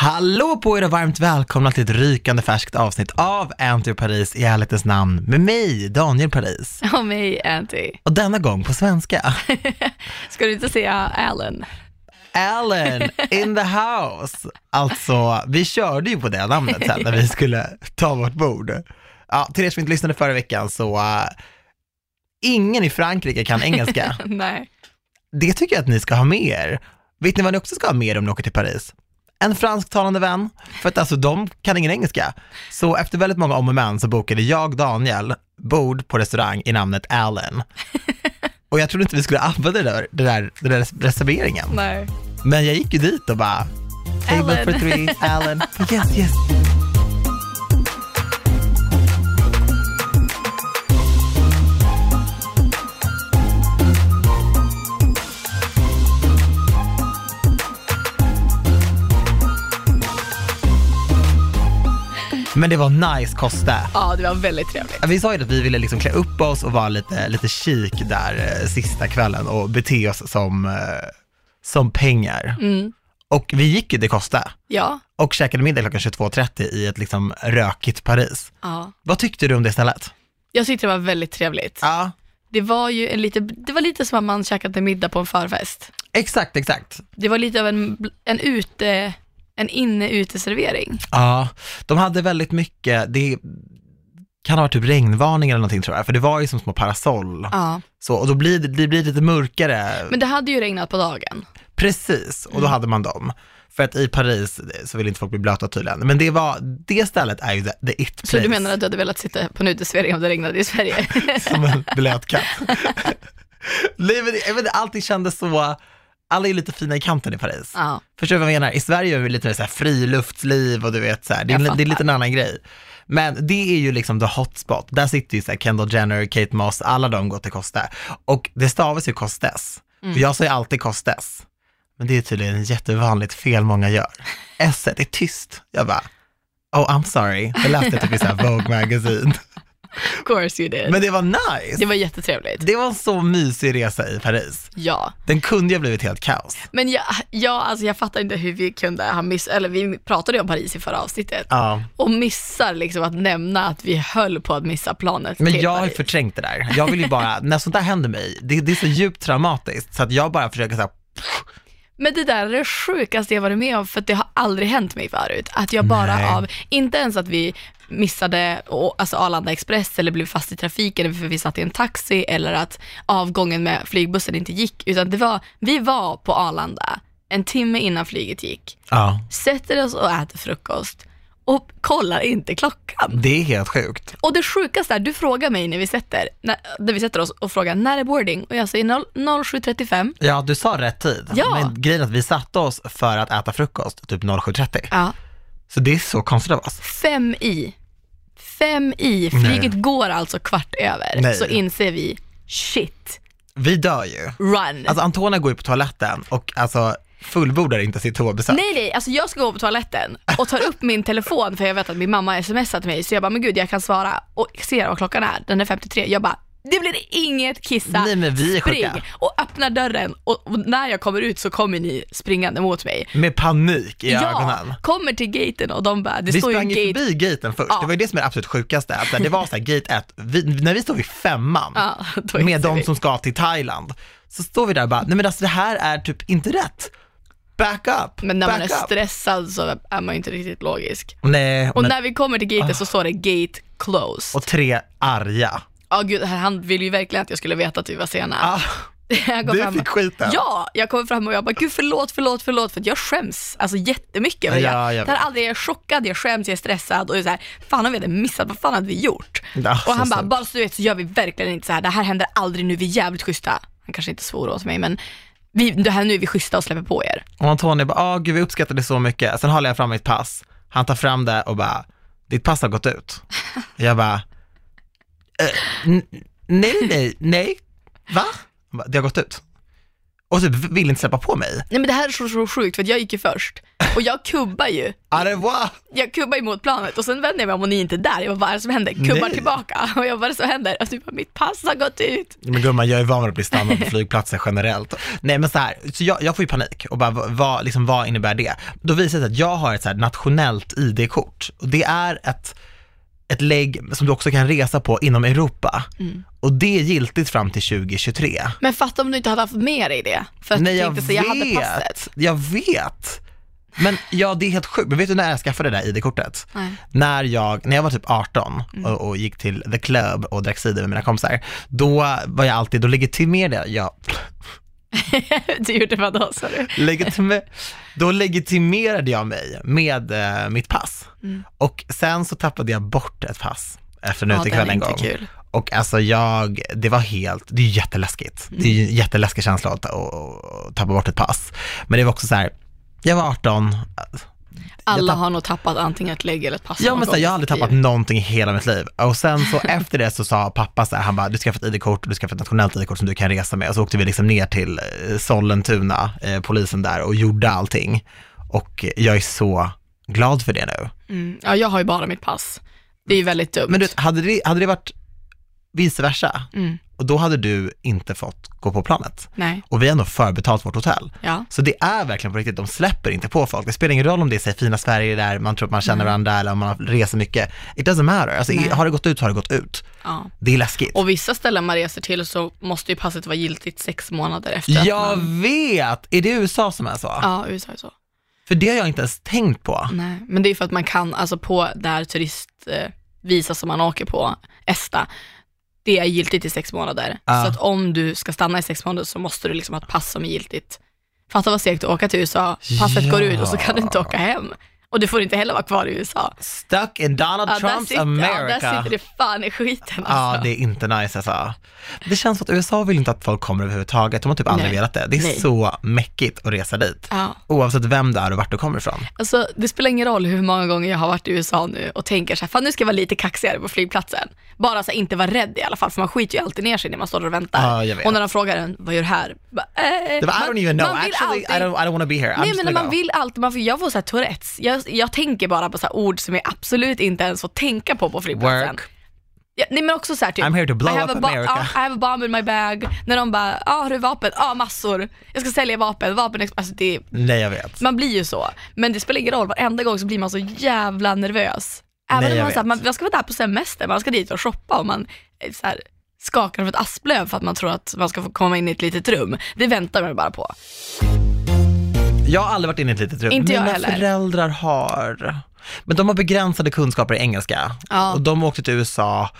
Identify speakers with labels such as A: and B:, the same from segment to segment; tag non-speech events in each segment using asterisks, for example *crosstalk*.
A: Hallå på er och varmt välkomna till ett rykande färskt avsnitt av Anty Paris i ärlighetens namn med mig, Daniel Paris.
B: *laughs* Och mig, Anty.
A: Och denna gång på svenska.
B: Ska du inte säga Alan?
A: Alan in the house. Alltså, vi körde ju på det namnet sen när vi skulle ta vårt bord. Ja, till er som inte lyssnade förra veckan så äh, ingen i Frankrike kan engelska.
B: *laughs* Nej.
A: Det tycker jag att ni ska ha med er. Vet ni vad ni också ska ha med er om ni åker till Paris? En fransktalande vän, för att alltså de kan ingen engelska. Så efter väldigt många om och men så bokade jag, Daniel, bord på restaurang i namnet Allen. Och jag trodde inte vi skulle använda det där, det där, den där reserveringen.
B: Nej.
A: Men jag gick ju dit och bara, table
B: Allen."
A: for three, Allen. Yes, yes. Men det var nice Costa.
B: Ja, det var väldigt trevligt.
A: Vi sa ju att vi ville liksom klä upp oss och vara lite, lite chic där eh, sista kvällen och bete oss som, eh, som pengar.
B: Mm.
A: Och vi gick ju till Costa
B: Ja.
A: och käkade middag klockan 22.30 i ett liksom rökigt Paris.
B: ja.
A: Vad tyckte du om det stället?
B: Jag tyckte det var väldigt trevligt.
A: Ja,
B: Det var ju en lite, det var lite som att man käkade middag på en förfest.
A: exakt, exakt.
B: Det var lite av en, en ute, en inne-uteservering.
A: Ja, de hade väldigt mycket, det kan ha varit typ regnvarning eller någonting tror jag, för det var ju som små parasoll.
B: Ja.
A: Så, och då blir det, det blir lite mörkare.
B: Men det hade ju regnat på dagen.
A: Precis, och då
B: Mm.
A: hade man dem. För att i Paris eh, så vill inte folk bli blöta tydligen. Men det, var, det stället är ju the, the it place.
B: Så du menar att du hade velat sitta på en uteservering om det regnade i Sverige?
A: *laughs* Som en blöt
B: *laughs*
A: katt. Nej, men det- jag vet inte, allting kändes så, alla är lite fina i kanten i Paris.
B: ja.
A: Förstår du vad jag menar? I Sverige är vi lite mer så här friluftsliv och du vet så här, det, är,
B: Jag
A: li- det är lite
B: fattar.
A: en annan grej. Men det är ju liksom the hotspot. Där sitter ju så här Kendall Jenner, Kate Moss, alla de går till Costa. Och det stavas ju Costes.
B: Mm.
A: Och jag säger alltid Costes. Men det är tydligen ett jättevanligt fel många gör. S är tyst. Jag bara, oh I'm sorry. Det läste jag typ i så här Vogue Magazine.
B: Of course you did.
A: Men det var nice.
B: Det var jättetrevligt.
A: Det var en så mysig resa i Paris.
B: Ja.
A: Den kunde ju ha blivit helt kaos.
B: Men jag, jag, alltså jag fattar inte hur vi kunde ha miss, eller vi pratade ju om Paris i förra avsnittet.
A: Ja.
B: och missar liksom att nämna att vi höll på att missa planet
A: Men
B: till
A: jag har ju
B: Paris.
A: förträngt det där. Jag vill ju *laughs* bara, när sånt där händer mig, det, det är så djupt traumatiskt så att jag bara försöker så här,
B: Men det där är det sjukaste jag varit med om för att det har aldrig hänt mig förut. Att jag bara
A: Nej.
B: av, inte ens att vi missade å- alltså Arlanda Express eller blev fast i trafiken för vi satt i en taxi eller att avgången med flygbussen inte gick. Utan det var, vi var på Arlanda en timme innan flyget gick,
A: ja,
B: sätter oss och äter frukost och kollar inte klockan.
A: det är helt sjukt.
B: Och det sjukaste är, du frågar mig när vi sätter, när, när vi sätter oss och frågar när är boarding och jag säger 0- 07.35.
A: Ja, du sa rätt tid.
B: Ja.
A: Men grejen är att vi satte oss för att äta frukost typ 07.30.
B: Ja.
A: Så det är så konstigt av oss.
B: Fem i. Fem i. Flyget går alltså kvart över.
A: Nej.
B: Så inser vi, shit,
A: Vi dör ju.
B: run.
A: Alltså Antonia går ju på toaletten och alltså fullbordar inte sitt toabesök.
B: Nej nej, alltså jag ska gå på toaletten och tar upp min telefon för jag vet att min mamma smsat mig så jag bara, men gud jag kan svara och ser vad klockan är, den är 53. Jag bara, det blir inget kissa.
A: Nej, men vi är
B: Spring!
A: sjuka.
B: Och öppnar dörren och, och när jag kommer ut så kommer ni springande mot mig.
A: Med panik i ögonen.
B: kommer till gaten och de bara, det
A: Vi
B: står ju
A: sprang ju
B: gate.
A: förbi gaten först,
B: Ja.
A: det var ju det som är det absolut sjukaste. Att så här, det var så här, gate 1, vi, när vi står vid femman,
B: Ja, då
A: med
B: inser
A: de
B: vi.
A: som ska till Thailand. Så står vi där och bara, nej men alltså det här är typ inte rätt. Back up,
B: Men när
A: back
B: man är
A: up.
B: stressad så är man ju inte riktigt logisk.
A: nej,
B: Och
A: men, Ah.
B: när vi kommer till gaten så står det gate closed.
A: och tre arga.
B: Ja gud, han ville ju verkligen att jag skulle veta att vi var sena.
A: Ah,
B: *laughs* jag går
A: du
B: fram,
A: fick skiten.
B: Ja, jag kommer fram och jag bara, gud förlåt, förlåt, förlåt, för att jag skäms alltså jättemycket. över det.
A: Ja, jag
B: jag, det här aldrig, jag är chockad, jag skäms, jag är stressad och jag är så här, fan har vi hade missat, vad fan hade vi gjort?
A: Ja,
B: och han
A: alltså, så
B: bara,
A: sant.
B: bara så du vet så gör vi verkligen inte så här. det här händer aldrig nu, vi är jävligt schyssta. Han kanske inte svor åt mig, men vi, det här nu är vi schyssta och släpper på er.
A: Och Antonija bara, ah gud vi uppskattar det så mycket. Sen håller jag fram mitt pass, han tar fram det och bara, ditt pass har gått
B: *laughs*
A: ut. Jag bara, eh, n- nej, nej, nej, va? Han bara, Det har gått ut. Och typ vill inte släppa på mig.
B: Nej men det här är så, så sjukt för att jag gick ju först och jag kubbar ju,
A: Au revoir!
B: jag kubbar ju mot planet och sen vänder jag mig om och ni är inte där. Jag bara, vad är det som händer? Kubbar
A: Nej.
B: tillbaka och jag bara, vad är det som händer? Och du bara, mitt pass har gått ut.
A: Men gumman, jag är van vid att bli stannad på flygplatser generellt. Nej men så här, så jag, jag får ju panik och bara, vad- vad, liksom, vad innebär det? Då visar det sig att jag har ett så här nationellt ID-kort och det är ett, ett lägg som du också kan resa på inom Europa.
B: Mm.
A: Och det är giltigt fram till 2023.
B: Men fatta om du inte hade haft med dig det, för att du tänkte så, jag hade passet.
A: jag vet. Men ja, det är helt sjukt. Men vet du när jag skaffade det där ID-kortet?
B: Nej. *laughs*
A: När jag, när jag var typ 18
B: Mm.
A: och, och gick till the club och drack cider med mina kompisar, då var jag alltid, då legitimerade jag,
B: du gjorde vadå sa du? *laughs*
A: legitime, då legitimerade jag mig med eh, mitt pass. Och sen så tappade jag bort ett pass efter en
B: Mm. Ja,
A: utekväll
B: den är
A: en
B: inte
A: gång.
B: kul.
A: Och alltså jag, det var helt, det är ju jätteläskigt.
B: Mm.
A: Det är ju en jätteläskig känsla att, att, att tappa bort ett pass. Men det var också så här, jag var 18,
B: Alla
A: tapp-
B: har nog tappat antingen ett lägg eller ett pass.
A: Ja
B: någon
A: men så här,
B: gång
A: jag
B: i
A: har aldrig
B: sitt
A: tappat
B: liv.
A: någonting i hela mitt liv. Och sen *laughs* så efter det så sa pappa så här, han bara, du ska få ett ID-kort, du ska få ett nationellt ID-kort som du kan resa med. Och så åkte vi liksom ner till eh, Sollentuna, eh, polisen där och gjorde allting. Och eh, jag är så glad för det nu.
B: Mm. Ja, jag har ju bara mitt pass. Det är ju väldigt dumt.
A: Men du, vet, hade det, hade det varit vice versa,
B: Mm.
A: och då hade du inte fått gå på planet.
B: Nej,
A: Och vi har ändå förbetalt vårt hotell.
B: ja.
A: Så det är verkligen på riktigt, de släpper inte på folk. Det spelar ingen roll om det är så här, fina Sverige där man tror att man känner varandra eller om man reser mycket. It doesn't matter. Alltså, i-
B: Nej.
A: har det gått ut så har det gått ut.
B: ja.
A: Det är läskigt.
B: Och vissa ställen man reser till så måste ju passet vara giltigt sex månader efter. att
A: jag
B: man...
A: vet! Är det USA som är så?
B: Ja, USA är så.
A: För det har jag inte ens tänkt på.
B: Nej, men det är för att man kan, alltså på där turistvisa som man åker på, ESTA, det är giltigt i sex månader.
A: Ja.
B: Så att om du ska stanna i sex månader så måste du liksom ha ett pass som är giltigt. Fatta vad segt att åka till USA, passet
A: Ja.
B: går ut och så kan du inte åka hem. Och du får inte heller vara kvar i USA.
A: Stuck in Donald
B: Ja, där,
A: Trumps
B: sitter, ja, där
A: America.
B: sitter det fan i skiten
A: Ja,
B: alltså.
A: det är inte nice alltså. Det känns som att USA vill inte att folk kommer överhuvudtaget. De har typ aldrig
B: Nej.
A: velat det. Det är
B: Nej.
A: så mäckigt att resa dit.
B: Ja.
A: Oavsett vem du är och vart du kommer ifrån.
B: Alltså, det spelar ingen roll hur många gånger jag har varit i USA nu och tänker så här, fan nu ska jag vara lite kaxigare på flygplatsen. Bara så här, inte vara rädd i alla fall, för man skiter ju alltid ner sig när man står och väntar.
A: Ja, jag vet.
B: och när de frågar en, vad gör du här? Bara, eh,
A: Det var, I
B: man-
A: don't even know,
B: man vill
A: actually
B: alltid-
A: I don't, I don't wanna be here. I'm
B: Nej
A: just oh.
B: men
A: gonna
B: man
A: go.
B: vill alltid, man, får- jag får såhär tourettes, jag, jag tänker bara på så här ord som jag absolut inte ens får tänka på på flygplatsen.
A: Work.
B: Ja, nej men också såhär typ,
A: I'm here to blow
B: I, have
A: up
B: a bo-
A: America.
B: ja, I have a bomb in my bag, när de bara, ja ah, har du vapen? Ja ah, massor, jag ska sälja vapen, vapen, alltså det är
A: Nej, jag vet.
B: man blir ju så, men det spelar ingen roll, varenda gång så blir man så jävla nervös.
A: Nej,
B: Även
A: jag
B: om man, så här,
A: vet.
B: man, man ska vara där på semester, man ska dit och shoppa och man eh, så här, skakar av ett asplöv för att man tror att man ska få komma in i ett litet rum. Det väntar man bara på.
A: Jag har aldrig varit inne i ett litet rum.
B: Inte jag
A: Mina
B: heller.
A: föräldrar har. Men de har begränsade kunskaper i engelska.
B: Ja.
A: Och de åkte till USA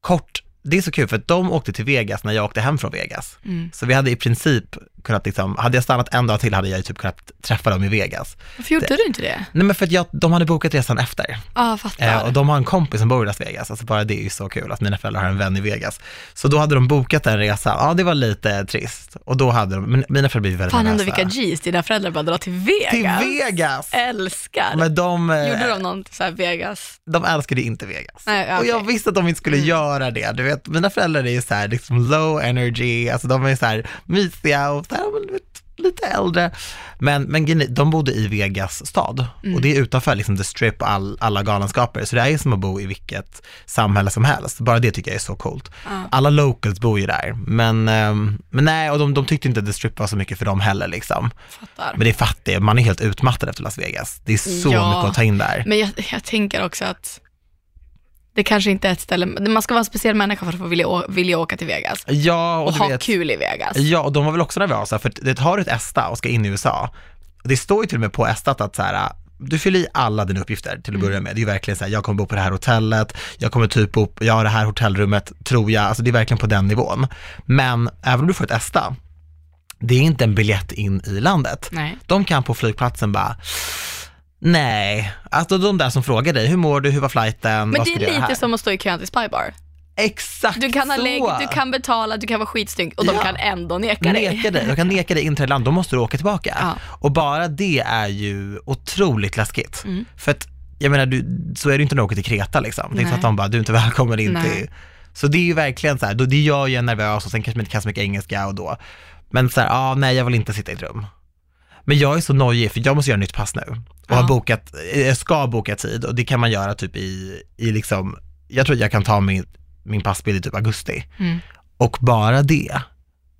A: kort. Det är så kul för att de åkte till Vegas när jag åkte hem från Vegas.
B: Mm.
A: Så vi hade i princip kunnat, liksom, hade jag stannat en dag till hade jag ju typ kunnat träffa dem i Vegas.
B: Varför gjorde du inte det?
A: Nej men för att jag, de hade bokat resan efter.
B: Ja, ah,
A: Eh,
B: fattar.
A: och de har en kompis som bor i Las Vegas, alltså bara det är ju så kul att mina föräldrar har en vän i Vegas. Så då hade de bokat den resan, ja det var lite trist. Och då hade de, men mina föräldrar blev väldigt
B: Fan ändå
A: nervösa.
B: vilka G's dina föräldrar bara drar till Vegas.
A: Till Vegas!
B: Älskar.
A: Men de, eh,
B: Gjorde de någon så här Vegas?
A: de älskade inte Vegas.
B: Nej, ja,
A: Och jag
B: okej. Mm.
A: visste att de inte skulle göra det. Du vet, mina föräldrar är ju så här, liksom low energy, alltså de är så här mysiga och så här, men du vet, lite äldre. Men, men grejen är, de bodde i Vegas stad
B: Mm.
A: och det är utanför liksom the strip och all, alla galenskaper. Så det är ju som att bo i vilket samhälle som helst. Bara det tycker jag är så coolt. Alla locals bor ju där. Men, ehm, men nej, och de, de tyckte inte att the strip var så mycket för dem heller liksom.
B: Fattar.
A: Men det är fattigt, man är helt utmattad efter Las Vegas. Det är så
B: Ja.
A: mycket att ta in där.
B: Men jag, jag tänker också att det kanske inte är ett ställe, man ska vara en speciell människa för att få vilja, å- vilja åka till Vegas.
A: Ja, och,
B: och
A: du
B: ha
A: vet,
B: kul i Vegas.
A: Ja, och de var väl också nervösa, för det har du ett ESTA och ska in i USA, det står ju till och med på ESTA att så här, du fyller i alla dina uppgifter
B: Mm.
A: till att börja med. Det är ju verkligen så här, jag kommer bo på det här hotellet, jag kommer typ bo, på- jag har det här hotellrummet, tror jag, alltså det är verkligen på den nivån. Men även om du får ett ESTA, det är inte en biljett in i landet.
B: Nej.
A: De kan på flygplatsen bara, nej, alltså de där som frågar dig, hur mår du, hur var flighten,
B: Men
A: vad
B: det
A: ska
B: är
A: du göra här?
B: lite som att stå i kön till Spybar.
A: Exakt
B: Du kan ha
A: så.
B: lägg, du kan betala, du kan vara skitsnygg och de
A: Ja.
B: kan ändå neka dig.
A: Neka
B: *laughs*
A: dig, de kan neka dig inträde i land, då måste du åka tillbaka.
B: Ja.
A: Och bara det är ju otroligt läskigt.
B: Mm.
A: För att, jag menar, du, så är det inte när du åker till Kreta liksom. Det är inte så
B: Nej.
A: att de bara, du är inte välkommen in
B: Nej.
A: till... Så det är ju verkligen så här, då, det gör ju en nervös och sen kanske man inte kan så mycket engelska och då. Men så här, ah, nej jag vill inte sitta i ett rum. Men jag är så nojig för jag måste göra nytt pass nu. Och
B: Ja.
A: har bokat, eh, jag ska boka tid och det kan man göra typ i, i liksom, jag tror att jag kan ta min, min passbild i typ augusti.
B: Mm.
A: Och bara det,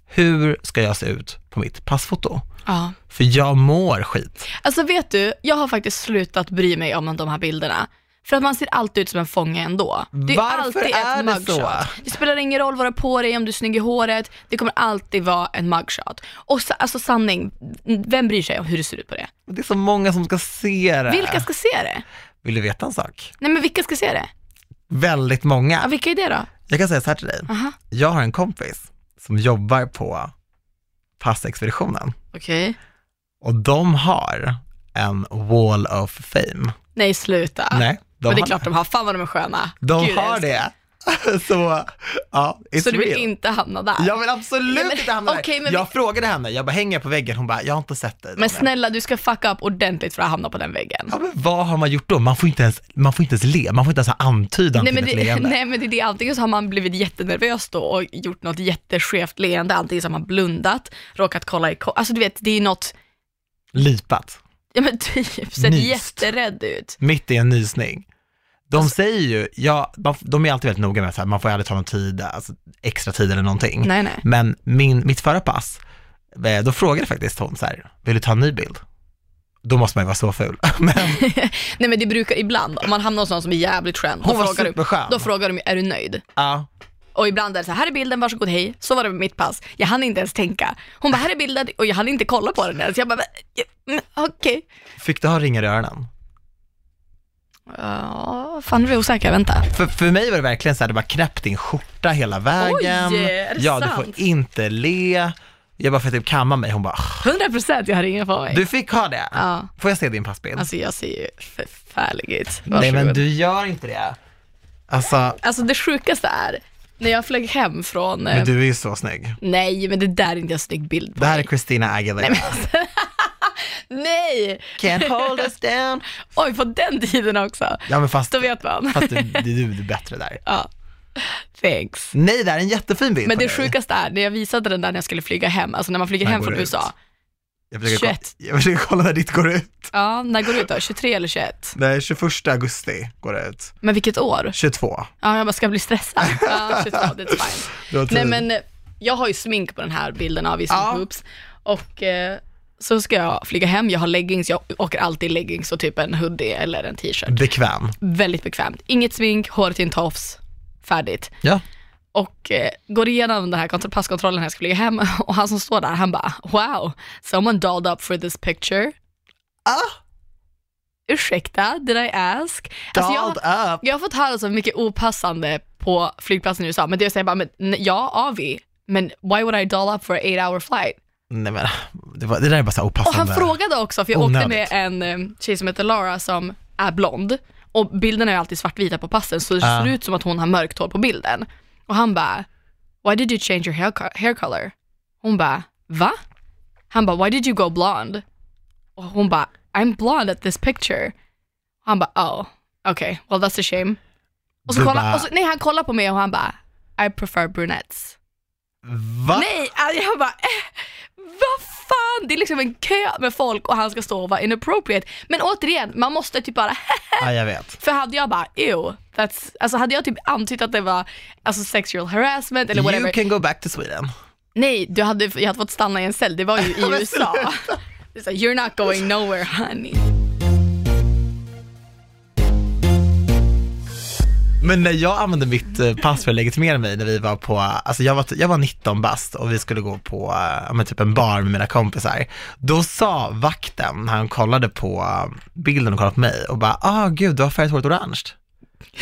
A: hur ska jag se ut på mitt passfoto?
B: Ja.
A: För jag mår skit.
B: Alltså vet du, jag har faktiskt slutat bry mig om de här bilderna. För att man ser alltid ut som en fånge ändå. Det är
A: Varför
B: alltid
A: är
B: ett
A: det
B: mugshot.
A: så?
B: Det spelar ingen roll vad du har på dig, om du är snygg i håret. Det kommer alltid vara en mugshot. Och sa- alltså sanning, vem bryr sig om hur du ser ut på det?
A: Det är så många som ska se det.
B: Vilka ska se det?
A: Vill du veta en sak?
B: Nej men vilka ska se det?
A: Väldigt
B: Ja,
A: många.
B: vilka är det då?
A: Jag kan säga så här till dig.
B: Aha.
A: Jag har en kompis som jobbar på passexpeditionen
B: Okej.
A: och de har en wall of fame.
B: Nej sluta.
A: Nej, de
B: Ah, men det är
A: har,
B: klart de har, fan vad de är sköna.
A: de
B: Gud, jag
A: har
B: älskar
A: det. *laughs* så ja, it's
B: Så du vill
A: real.
B: inte hamna där?
A: Jag vill absolut
B: Nej, men-
A: inte hamna
B: okej,
A: där.
B: men
A: jag frågade henne, jag bara hänger jag på väggen, hon bara, jag har inte sett dig.
B: Men
A: Daniel."
B: snälla du ska fucka upp ordentligt för att hamna på den väggen.
A: Ja, men vad har man gjort då? Man får inte ens, man får inte ens le, man får inte ens ha antydan
B: Nej
A: till
B: men,
A: ett
B: det,
A: leende.
B: *laughs* nej men det är det, antingen så har man blivit jättenervös då och gjort något jätteskevt leende, antingen så har man blundat, råkat kolla i ko- alltså du vet det är något,
A: Lipat,
B: ja men typ, sett
A: Nyst.
B: jätterädd ut.
A: mitt i en nysning. De
B: Alltså-
A: säger ju, ja, man, f- de är alltid väldigt noga med att man får ju aldrig ta någon tid, alltså, extra tid eller någonting.
B: Nej nej.
A: Men min, mitt förra pass, eh, då frågade faktiskt hon så här, vill du ta en ny bild? Då måste man ju vara så ful. *laughs* Men
B: Nej men det brukar ibland, om man hamnar hos någon som är jävligt skön, då
A: hon var
B: frågar, du,
A: superskön.
B: då frågar de är du nöjd?
A: ja.
B: Och ibland är det så här, här är bilden, varsågod hej. Så var det med mitt pass. Jag hann inte ens tänka. Hon bara, här är bilden och jag hann inte kolla på den ens. Jag bara, "Ja, mm, okej.
A: Fick du ha ringar i öronen?
B: Ja, fan nu är vi osäkra, vänta.
A: För, för mig var det verkligen så här, det bara knäppt din skjorta hela vägen.
B: Oj, är det
A: ja, du
B: sant?
A: får inte le. Jag bara för att typ kamma mig, hon bara, "Ah,
B: 100% jag har ingen på mig.
A: du fick ha det.
B: Ja,
A: Får jag se din passbild?
B: alltså jag ser ju förfärlig ut.
A: Nej
B: Varsågod.
A: men du gör inte det. Alltså,
B: Alltså det sjukaste är, när jag flög hem från... eh,
A: men du är ju så snygg.
B: Nej, men det där är inte en snygg bild på
A: Det här är
B: mig.
A: Christina Aguilera.
B: Nej!
A: *laughs* Can't hold us down.
B: Oj, på den tiden också.
A: Ja men fast,
B: Då vet man.
A: fast du, du, du är bättre där.
B: Ja, thanks.
A: Nej, det här är en jättefin bild
B: Men
A: på
B: det
A: dig.
B: sjukaste är, när jag visade den där när jag skulle flyga hem, alltså när man flyger
A: När
B: hem
A: går
B: från
A: det ut?
B: USA.
A: Jag försöker, kolla-
B: 21.
A: jag försöker kolla när ditt går ut.
B: Ja, när går det ut då? 23 eller 21?
A: Nej, 21 augusti går det ut.
B: Men vilket år?
A: 22.
B: Ja, jag bara ska bli stressad.
A: *laughs*
B: Ja, 22, that's fine.
A: Du har typ
B: Nej
A: tid.
B: men eh, jag har ju smink på den här bilden av Isle
A: Ja.
B: Hoops och eh, så ska jag flyga hem, jag har leggings, jag åker alltid i leggings och typ en hoodie eller en t-shirt.
A: Bekväm.
B: Väldigt bekvämt. Inget smink, håret i en tofs, färdigt.
A: Ja.
B: Och eh, går igenom den här kont- passkontrollen när jag ska flyga hem *laughs* och han som står där, han bara wow, someone dolled up for this picture.
A: Ah,
B: Ursäkta, did I ask? Alltså, jag-
A: dolled up.
B: Jag har fått höra så mycket opassande på flygplatsen i USA, men det jag säger bara, men, n- ja, avi, men why would I doll up for an eight hour flight?
A: Nej men, det, var, det där är bara så här
B: Och
A: opassande.
B: han frågade också, för jag åkte med
A: Onödigt.
B: en eh, tjej som heter Laura som är blond och bilderna är alltid svartvita på passen så det
A: Ah.
B: ser ut som att hon har mörkt hår på bilden. Och han bara, why did you change your hair, co- hair color? Hon bara, va? Han bara, why did you go blonde? Och hon bara, I'm blonde at this picture. Han bara, oh, okay, well that's a shame. Och så
A: Du
B: kollar,
A: bara-
B: och så, nej han kollar på mig och han bara, I prefer brunettes.
A: Va?
B: Nej, alltså jag bara, eh, vad fan, det är liksom en kö med folk och han ska stå och vara inappropriate. Men återigen, man måste typ bara, *laughs*
A: Ja, jag vet.
B: för hade jag bara, ew, that's, alltså hade jag typ antytt att det var alltså sexual harassment eller whatever.
A: You can go back to Sweden.
B: Nej, du hade, jag hade fått stanna i en cell, det var ju
A: Ja, *laughs*
B: i
A: men
B: USA. *laughs* Det är så här, You're not going nowhere honey.
A: Men när jag använde mitt eh, pass för att legitimera mig när vi var på, alltså jag var, t- jag var 19 bast och vi skulle gå på, eh, ja, men typ en bar med mina kompisar. Då sa vakten, när han kollade på eh, bilden och kollade på mig och bara, ah gud du har färgat håret orange.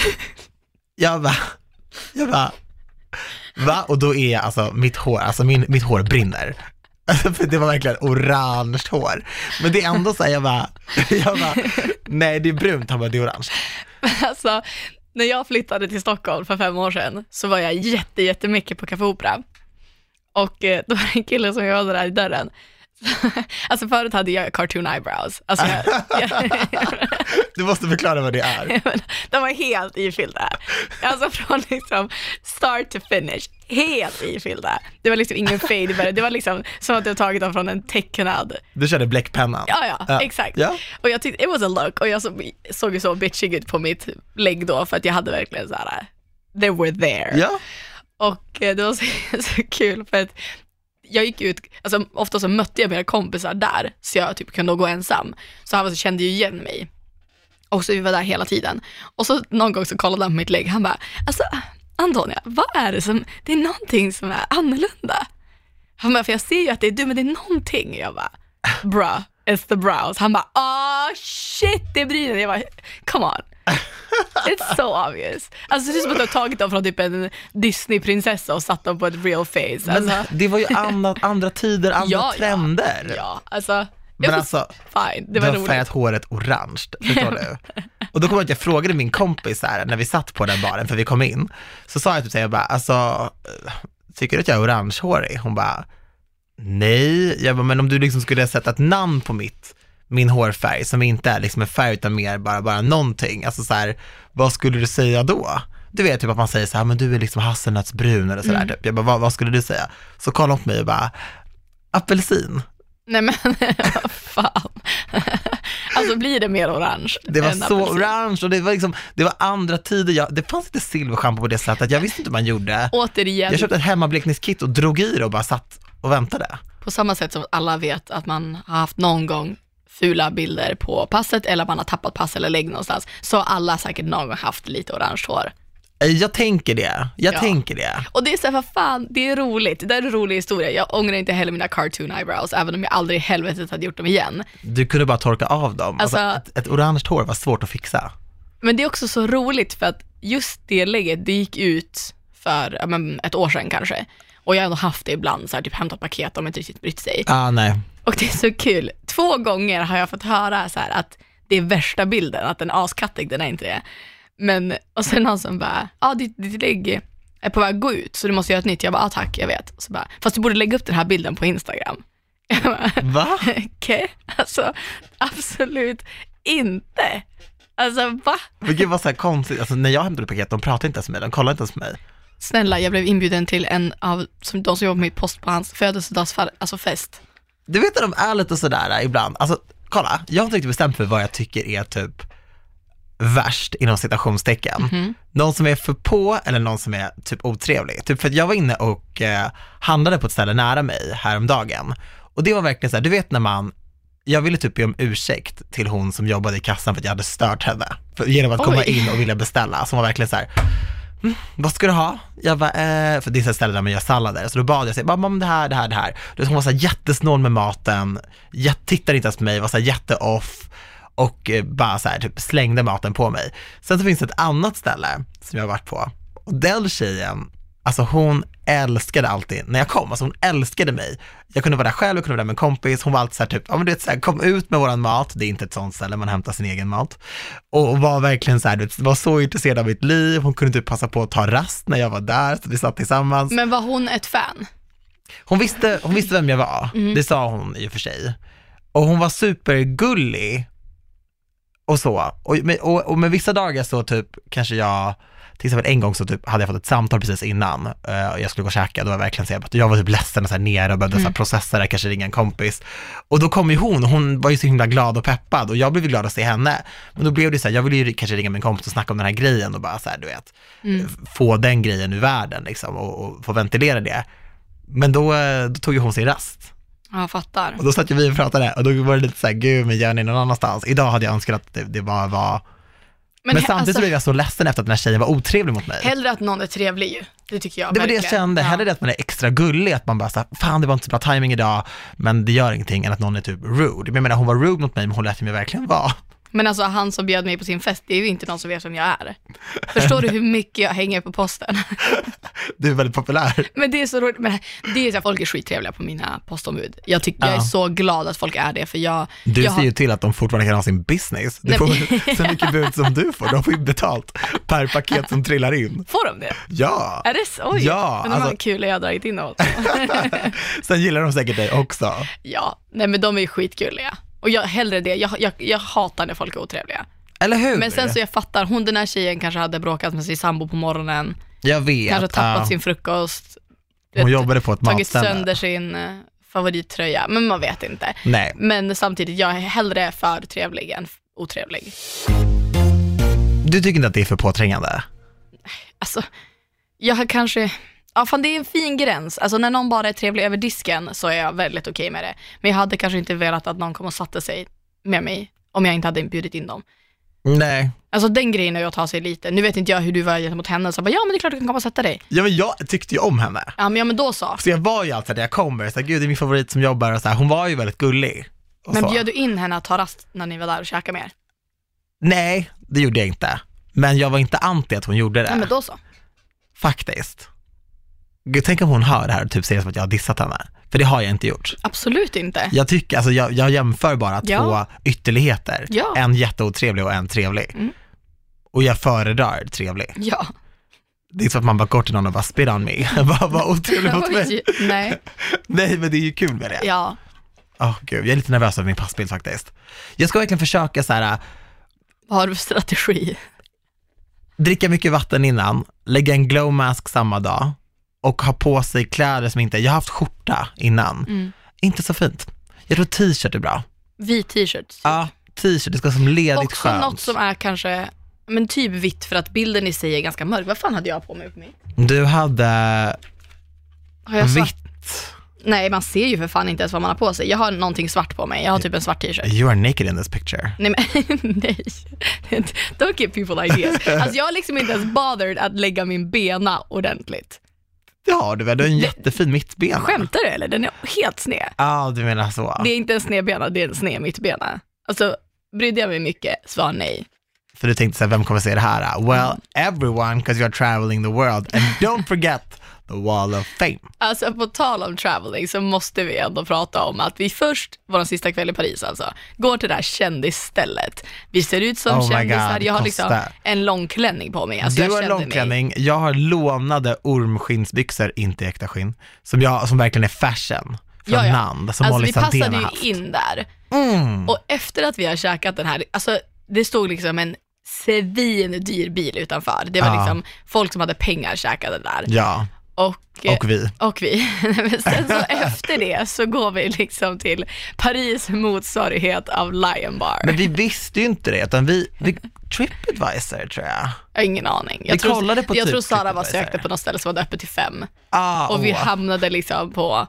A: *laughs* jag bara, jag bara, va? Och då är alltså mitt hår, alltså min, mitt hår brinner. *laughs* Alltså, för det var verkligen orange hår. Men det är ändå så här, jag bara, *laughs* jag bara, nej det är brunt, han bara, det är orange.
B: Alltså, när jag flyttade till Stockholm för fem år sedan så var jag jätte, jättemycket på Café Opera. Och eh, då var det en kille som jobbade där i *laughs* dörren. Alltså förut hade jag cartoon eyebrows. Alltså jag, jag,
A: Du måste förklara vad det är.
B: Men *laughs* De var helt ifyllda. Alltså från liksom start to finish. Helt ifyllda. Det var liksom ingen fade i början. Det var liksom som att du har tagit dem från en tecknad.
A: Du körde bläckpennan.
B: Ja, ja,
A: Ja.
B: exakt.
A: Ja.
B: Och jag tyckte, it was a look. Och jag så, såg ju så bitchig ut på mitt lägg då för att jag hade verkligen så här. eh, they were there.
A: Ja,
B: Och eh, det var så, *laughs* så kul för att jag gick ut, alltså ofta så mötte jag mina kompisar där, så jag typ kunde gå ensam. Så han var så kände ju igen mig. Och så vi var där hela tiden. Och så någon gång så kollade han på mitt lägg, han bara, alltså Antonia, vad är det som, det är någonting som är annorlunda. Han bara, för jag ser ju att det är du, men det är någonting. Jag bara, bra, it's the brows. Han bara, ah shit, det är brynen. Jag bara, come on. It's so obvious. Alltså det ser ut som att du har tagit dem från typ en Disney-prinsessa och satt dem på ett real face.
A: men
B: Alltså,
A: det var ju andra, andra tider, andra
B: Ja, ja.
A: trender.
B: ja, alltså.
A: Men
B: Jag
A: alltså,
B: fine, det
A: du
B: var
A: har
B: roligt.
A: färgat håret orange, förstår du? Och då kommer jag ihåg att jag frågade min kompis så här, när vi satt på den baren, för vi kom in, så sa jag typ så här, jag bara, alltså, tycker du att jag är orangehårig? Hon bara, nej. Jag bara, men om du liksom skulle ha sett ett namn på mitt, min hårfärg, som inte är liksom en färg utan mer bara, bara någonting, alltså så här, vad skulle du säga då? Du vet typ att man säger så här, men du är liksom hasselnötsbrun eller
B: Mm.
A: sådär typ. Jag bara, vad, vad skulle du säga? Så kollade hon på mig och bara, apelsin.
B: Nej men, *laughs* vad fan. *laughs* Alltså blir det mer orange?
A: Det var
B: än
A: så
B: apelsin?
A: orange och det var liksom, det var andra tider, jag, det fanns inte silverschampo på det sättet, jag visste inte hur man gjorde.
B: Återigen,
A: Jag köpte ett hemmablekningskit och drog i det och bara satt och väntade.
B: på samma sätt som att alla vet att man har haft någon gång fula bilder på passet eller att man har tappat pass eller lägg någonstans, så har alla säkert någon gång haft lite orange hår.
A: Eh, Jag tänker det, jag
B: Ja.
A: tänker det.
B: Och det är så här, vad fan, det är roligt. Det där är en rolig historia. Jag ångrar inte heller mina cartoon eyebrows, även om jag aldrig i helvetet hade gjort dem igen.
A: Du kunde bara torka av dem. Alltså,
B: Alltså-
A: ett, ett orange hår var svårt att fixa.
B: Men det är också så roligt för att just det läget, det gick ut för ja, men, ett år sedan kanske. Och jag har ändå haft det ibland, så här, typ hämtat paket om inte riktigt brytt sig.
A: Ah,
B: *laughs*
A: nej.
B: Och det är så kul. Två gånger har jag fått höra så här att det är värsta bilden, att den är askattig, den är inte det. Men, och sen någon som bara, ja ah, ditt, ditt lägg är på väg att gå ut, så du måste göra ett nytt. Jag bara, ah, tack, jag vet. Och så bara, fast du borde lägga upp den här bilden på Instagram. *laughs* Jag bara,
A: Va?
B: Okej, alltså absolut inte. Alltså va?
A: Men gud vad så här konstigt, alltså, när jag hämtade paket, de pratade inte ens med mig, de kollade inte ens med mig.
B: Snälla, jag blev inbjuden till en av som, de som jobbar på mitt post på hans födelsedagsfest. Alltså fest.
A: Du vet att de är lite sådär eh, ibland, alltså kolla, jag har inte riktigt bestämt för vad jag tycker är typ värst inom citationstecken. Någon som är för på eller någon som är typ otrevlig. Typ för att jag var inne och eh, handlade på ett ställe nära mig häromdagen och det var verkligen så här, du vet när man, jag ville typ be om ursäkt till hon som jobbade i kassan för att jag hade stört henne. För, genom att komma
B: Oj.
A: in och vilja beställa, som var verkligen så här, vad ska du ha? Jag bara, eh, för det är så här ställe där man gör sallader. Så då bad jag sig, mamma om det här, det här, det här. Du vet, Hon var så här jättesnål med maten, jät- tittade inte ens på mig, var så här jätteoff och eh, bara så här typ slängde maten på mig. Sen så finns det ett annat ställe som jag har varit på och den tjejen, alltså hon älskade alltid när jag kom, alltså hon älskade mig. Jag kunde vara där själv, jag kunde vara där med en kompis, hon var alltid så här typ, ja men du vet så här, kom ut med våran mat, det är inte ett sånt ställe man hämtar sin egen mat. Och var verkligen så här, du vet, var så intresserad av mitt liv, hon kunde typ passa på att ta rast när jag var där, så vi satt tillsammans.
B: Men var hon ett fan?
A: Hon visste, hon visste vem jag var, det sa hon i och för sig. Och hon var supergullig och så. Och, men- och, och med vissa dagar så typ kanske jag, till exempel en gång så typ hade jag fått ett samtal precis innan eh, och jag skulle gå och käka, då var jag verkligen så här, jag var typ ledsen och så här nere och behövde så här processa det, kanske ringa en kompis. Och då kom ju hon, och hon var ju så himla glad och peppad och jag blev ju glad att se henne. Men då blev det så här, jag ville ju kanske ringa min kompis och snacka om den här grejen och bara så här, du vet, få den grejen ur världen liksom och, och få ventilera det. Men då, eh, då tog ju hon sin rast.
B: Ja, Jag fattar.
A: Och då satt ju vi och pratade och då var det lite så här, gud men gör ni någon annanstans? Idag hade jag önskat att det, det bara var... Men,
B: he- alltså-
A: samtidigt så blev jag så ledsen efter att den här tjejen var otrevlig mot mig.
B: Hellre att någon är trevlig ju. Det tycker jag
A: det var det
B: verkligen.
A: jag kände, hellre det att man är extra gullig, att man bara såhär, fan det var inte så bra timing idag, men det gör ingenting än att någon är typ rude. Men jag menar hon var rude mot mig, men hon lät ju mig verkligen vara. *laughs*
B: Men alltså han som bjöd mig på sin fest, det är ju inte någon som vet vem jag är. Förstår du hur mycket jag hänger på posten? *laughs*
A: Du är väldigt populär.
B: Men det är så roligt, men det är så här, folk är skittrevliga på mina postombud. Jag, tycker, jag är
A: Ja.
B: så glad att folk är det för jag...
A: Du
B: jag
A: ser
B: har-
A: ju till att de fortfarande kan ha sin business. Du
B: Nej,
A: får *laughs*
B: men-
A: så mycket bud som du får, de får ju betalt per paket som trillar in.
B: Får de det?
A: Ja,
B: Är det så? Oj,
A: Ja,
B: men de
A: alltså-
B: har kul att jag har dragit in dem.
A: sen gillar de säkert dig också.
B: ja, nej men de är ju skitgulliga. Och jag, hellre det, jag, jag, jag hatar när folk är otrevliga.
A: Eller hur?
B: Men sen så jag fattar, hon den här tjejen kanske hade bråkat med sin sambo på morgonen,
A: jag vet.
B: kanske tappat
A: ja.
B: sin frukost,
A: Hon
B: vet,
A: jobbade på ett
B: tagit
A: matställe.
B: sönder sin eh, favorittröja, men man vet inte.
A: Nej.
B: Men samtidigt, jag är hellre för trevlig än f- otrevlig.
A: Du tycker inte att det är för påträngande?
B: Alltså, jag har kanske, ja fan det är en fin gräns. Alltså när någon bara är trevlig över disken så är jag väldigt okej med det. Men jag hade kanske inte velat att någon kom och satte sig med mig om jag inte hade bjudit in dem.
A: Nej.
B: Alltså den grejen är ju att ta sig lite. Nu vet inte jag hur du var gentemot henne, så jag bara, ja men det är klart du kan komma och sätta dig.
A: Ja, men jag tyckte ju om henne.
B: Ja men, ja, men då så.
A: Så jag var ju alltid när jag kommer, så här, gud det är min favorit som jobbar och så här, hon var ju väldigt gullig. Och
B: Men
A: så.
B: bjöd du in henne att ta rast när ni var där och käka mer?
A: Nej, det gjorde jag inte. Men jag var inte anti att hon gjorde det,
B: Ja men då så.
A: faktiskt. Gud, tänk om hon hör det här och typ ser det som att jag har dissat henne. För det har jag inte gjort.
B: Absolut inte.
A: Jag tycker, alltså jag, jag jämför bara
B: Ja.
A: två ytterligheter.
B: Ja.
A: En jätteotrevlig och en trevlig.
B: Mm.
A: Och jag föredrar trevlig.
B: Ja.
A: Det är så att man bara går till någon och bara spit on me. *laughs* Vad
B: *laughs*
A: var otrevlig mot mig.
B: Oj, Nej.
A: Nej, men det är ju kul med det.
B: Ja.
A: Åh gud, jag är lite nervös över min passbild faktiskt. Jag ska verkligen försöka så här, äh,
B: Vad har du för strategi?
A: dricka mycket vatten innan, lägga en glow mask samma dag och ha på sig kläder som inte, jag har haft skjorta innan.
B: Mm.
A: Inte så fint. Jag tror t-shirt är bra.
B: Vit t-shirt.
A: Ja, t-shirt, det ska vara som ledigt
B: Också
A: skönt.
B: något som är kanske, men typ vitt för att bilden i sig är ganska mörk. Vad fan hade jag på mig på mig?
A: Du hade
B: Har jag svart?
A: vitt.
B: Nej man ser ju för fan inte ens vad man har på sig. Jag har någonting svart på mig, jag har typ en svart t-shirt.
A: You are naked in this picture.
B: Nej men *laughs* nej, don't give
A: *laughs*
B: people ideas. Alltså jag har liksom inte ens bothered att lägga min bena ordentligt.
A: Det har du väl? Du har en jättefin mittbena.
B: Skämtar du eller? Den är helt sned.
A: Ja, du menar så.
B: Det är inte en snedbena, det är en sned mittbena. Alltså brydde jag mig mycket, svar nej.
A: För du tänkte så här, vem kommer se det här?
B: Mm.
A: Well, everyone, because you're traveling the world.
B: *laughs*
A: And don't forget the wall of fame.
B: Alltså på tal om traveling så måste vi ändå prata om att vi först, vår sista kväll i Paris alltså, går till det här kändisstället. Vi ser ut som
A: Oh my
B: kändisar,
A: God,
B: jag har liksom
A: Costa.
B: en långklänning på mig. Alltså,
A: du
B: jag
A: har
B: kände Mig.
A: långklänning, jag har lånade ormskinnsbyxor, inte äkta skinn, som, jag, som verkligen är fashion från
B: Ja, ja.
A: Nand, som
B: alltså
A: Molly
B: vi passade
A: Santén har liksom
B: ju
A: haft.
B: in där
A: Mm.
B: och efter att vi har käkat den här, alltså det stod liksom en svindyr bil utanför. Det var
A: Ja.
B: liksom folk som hade pengar käkade där.
A: Ah. Ja,
B: Och, eh,
A: och vi.
B: Och vi. *laughs* Men
A: *laughs*
B: sen så efter det så går vi liksom till Paris motsvarighet av Lion Bar.
A: Men vi visste ju inte det, utan vi, vi Tripadvisor tror jag.
B: Jag har ingen aning. Jag
A: Vi
B: tror,
A: kollade på
B: jag
A: typ
B: tror Sara bara
A: Tripadvisor.
B: sökte på något ställe som var öppet till fem.
A: Ah,
B: Och vi
A: åh.
B: hamnade liksom på...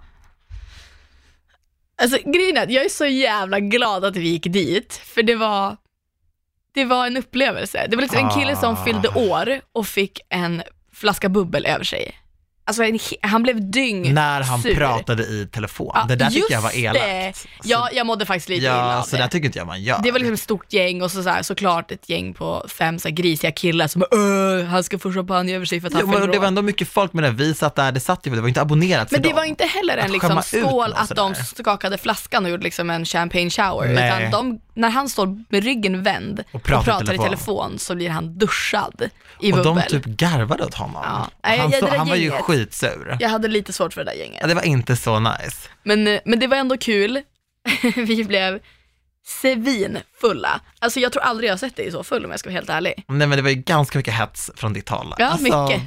B: Alltså grejen är att jag är så jävla glad att vi gick dit, för det var, det var en upplevelse. Det var liksom en kille som
A: Ah.
B: fyllde år och fick en flaska bubbel över sig. Alltså en, he- han blev dyng
A: När han
B: sur.
A: pratade i telefon.
B: Ja,
A: det där tycker jag
B: just
A: var elakt. Så-
B: Det. Ja, jag mådde faktiskt lite illa
A: ja,
B: av
A: så där tycker inte jag man gör.
B: det var liksom ett stort gäng och så så här, såklart ett gäng på fem så här, grisiga killar som öh, han ska få champagne över sig för att han
A: jo, men
B: fyller
A: det var
B: år."
A: ändå mycket folk, men när vi satt där, det satt ju, det var inte abonnerat för
B: Men det
A: dem.
B: var inte heller en
A: Att
B: liksom
A: skämma ut
B: skål
A: någon
B: att
A: sådär.
B: de skakade flaskan och gjorde liksom en champagne shower.
A: Nej.
B: Utan de, när han står med ryggen vänd och pratar, i telefon. så blir han duschad i
A: Och de
B: bubbel.
A: typ garvade åt honom.
B: Ja. Nej,
A: Han,
B: jag-
A: så,
B: det där
A: han var ju
B: gänget.
A: skitsur.
B: Jag hade lite svårt för det där
A: Ja,
B: gänget.
A: det var inte så nice.
B: Men, eh, men det var ändå kul. *laughs* Vi blev svinfulla. Alltså jag tror aldrig jag har sett dig så full om jag ska vara helt ärlig.
A: Nej men det var ju ganska mycket hets från ditt håll. Alltså,
B: Ja, mycket.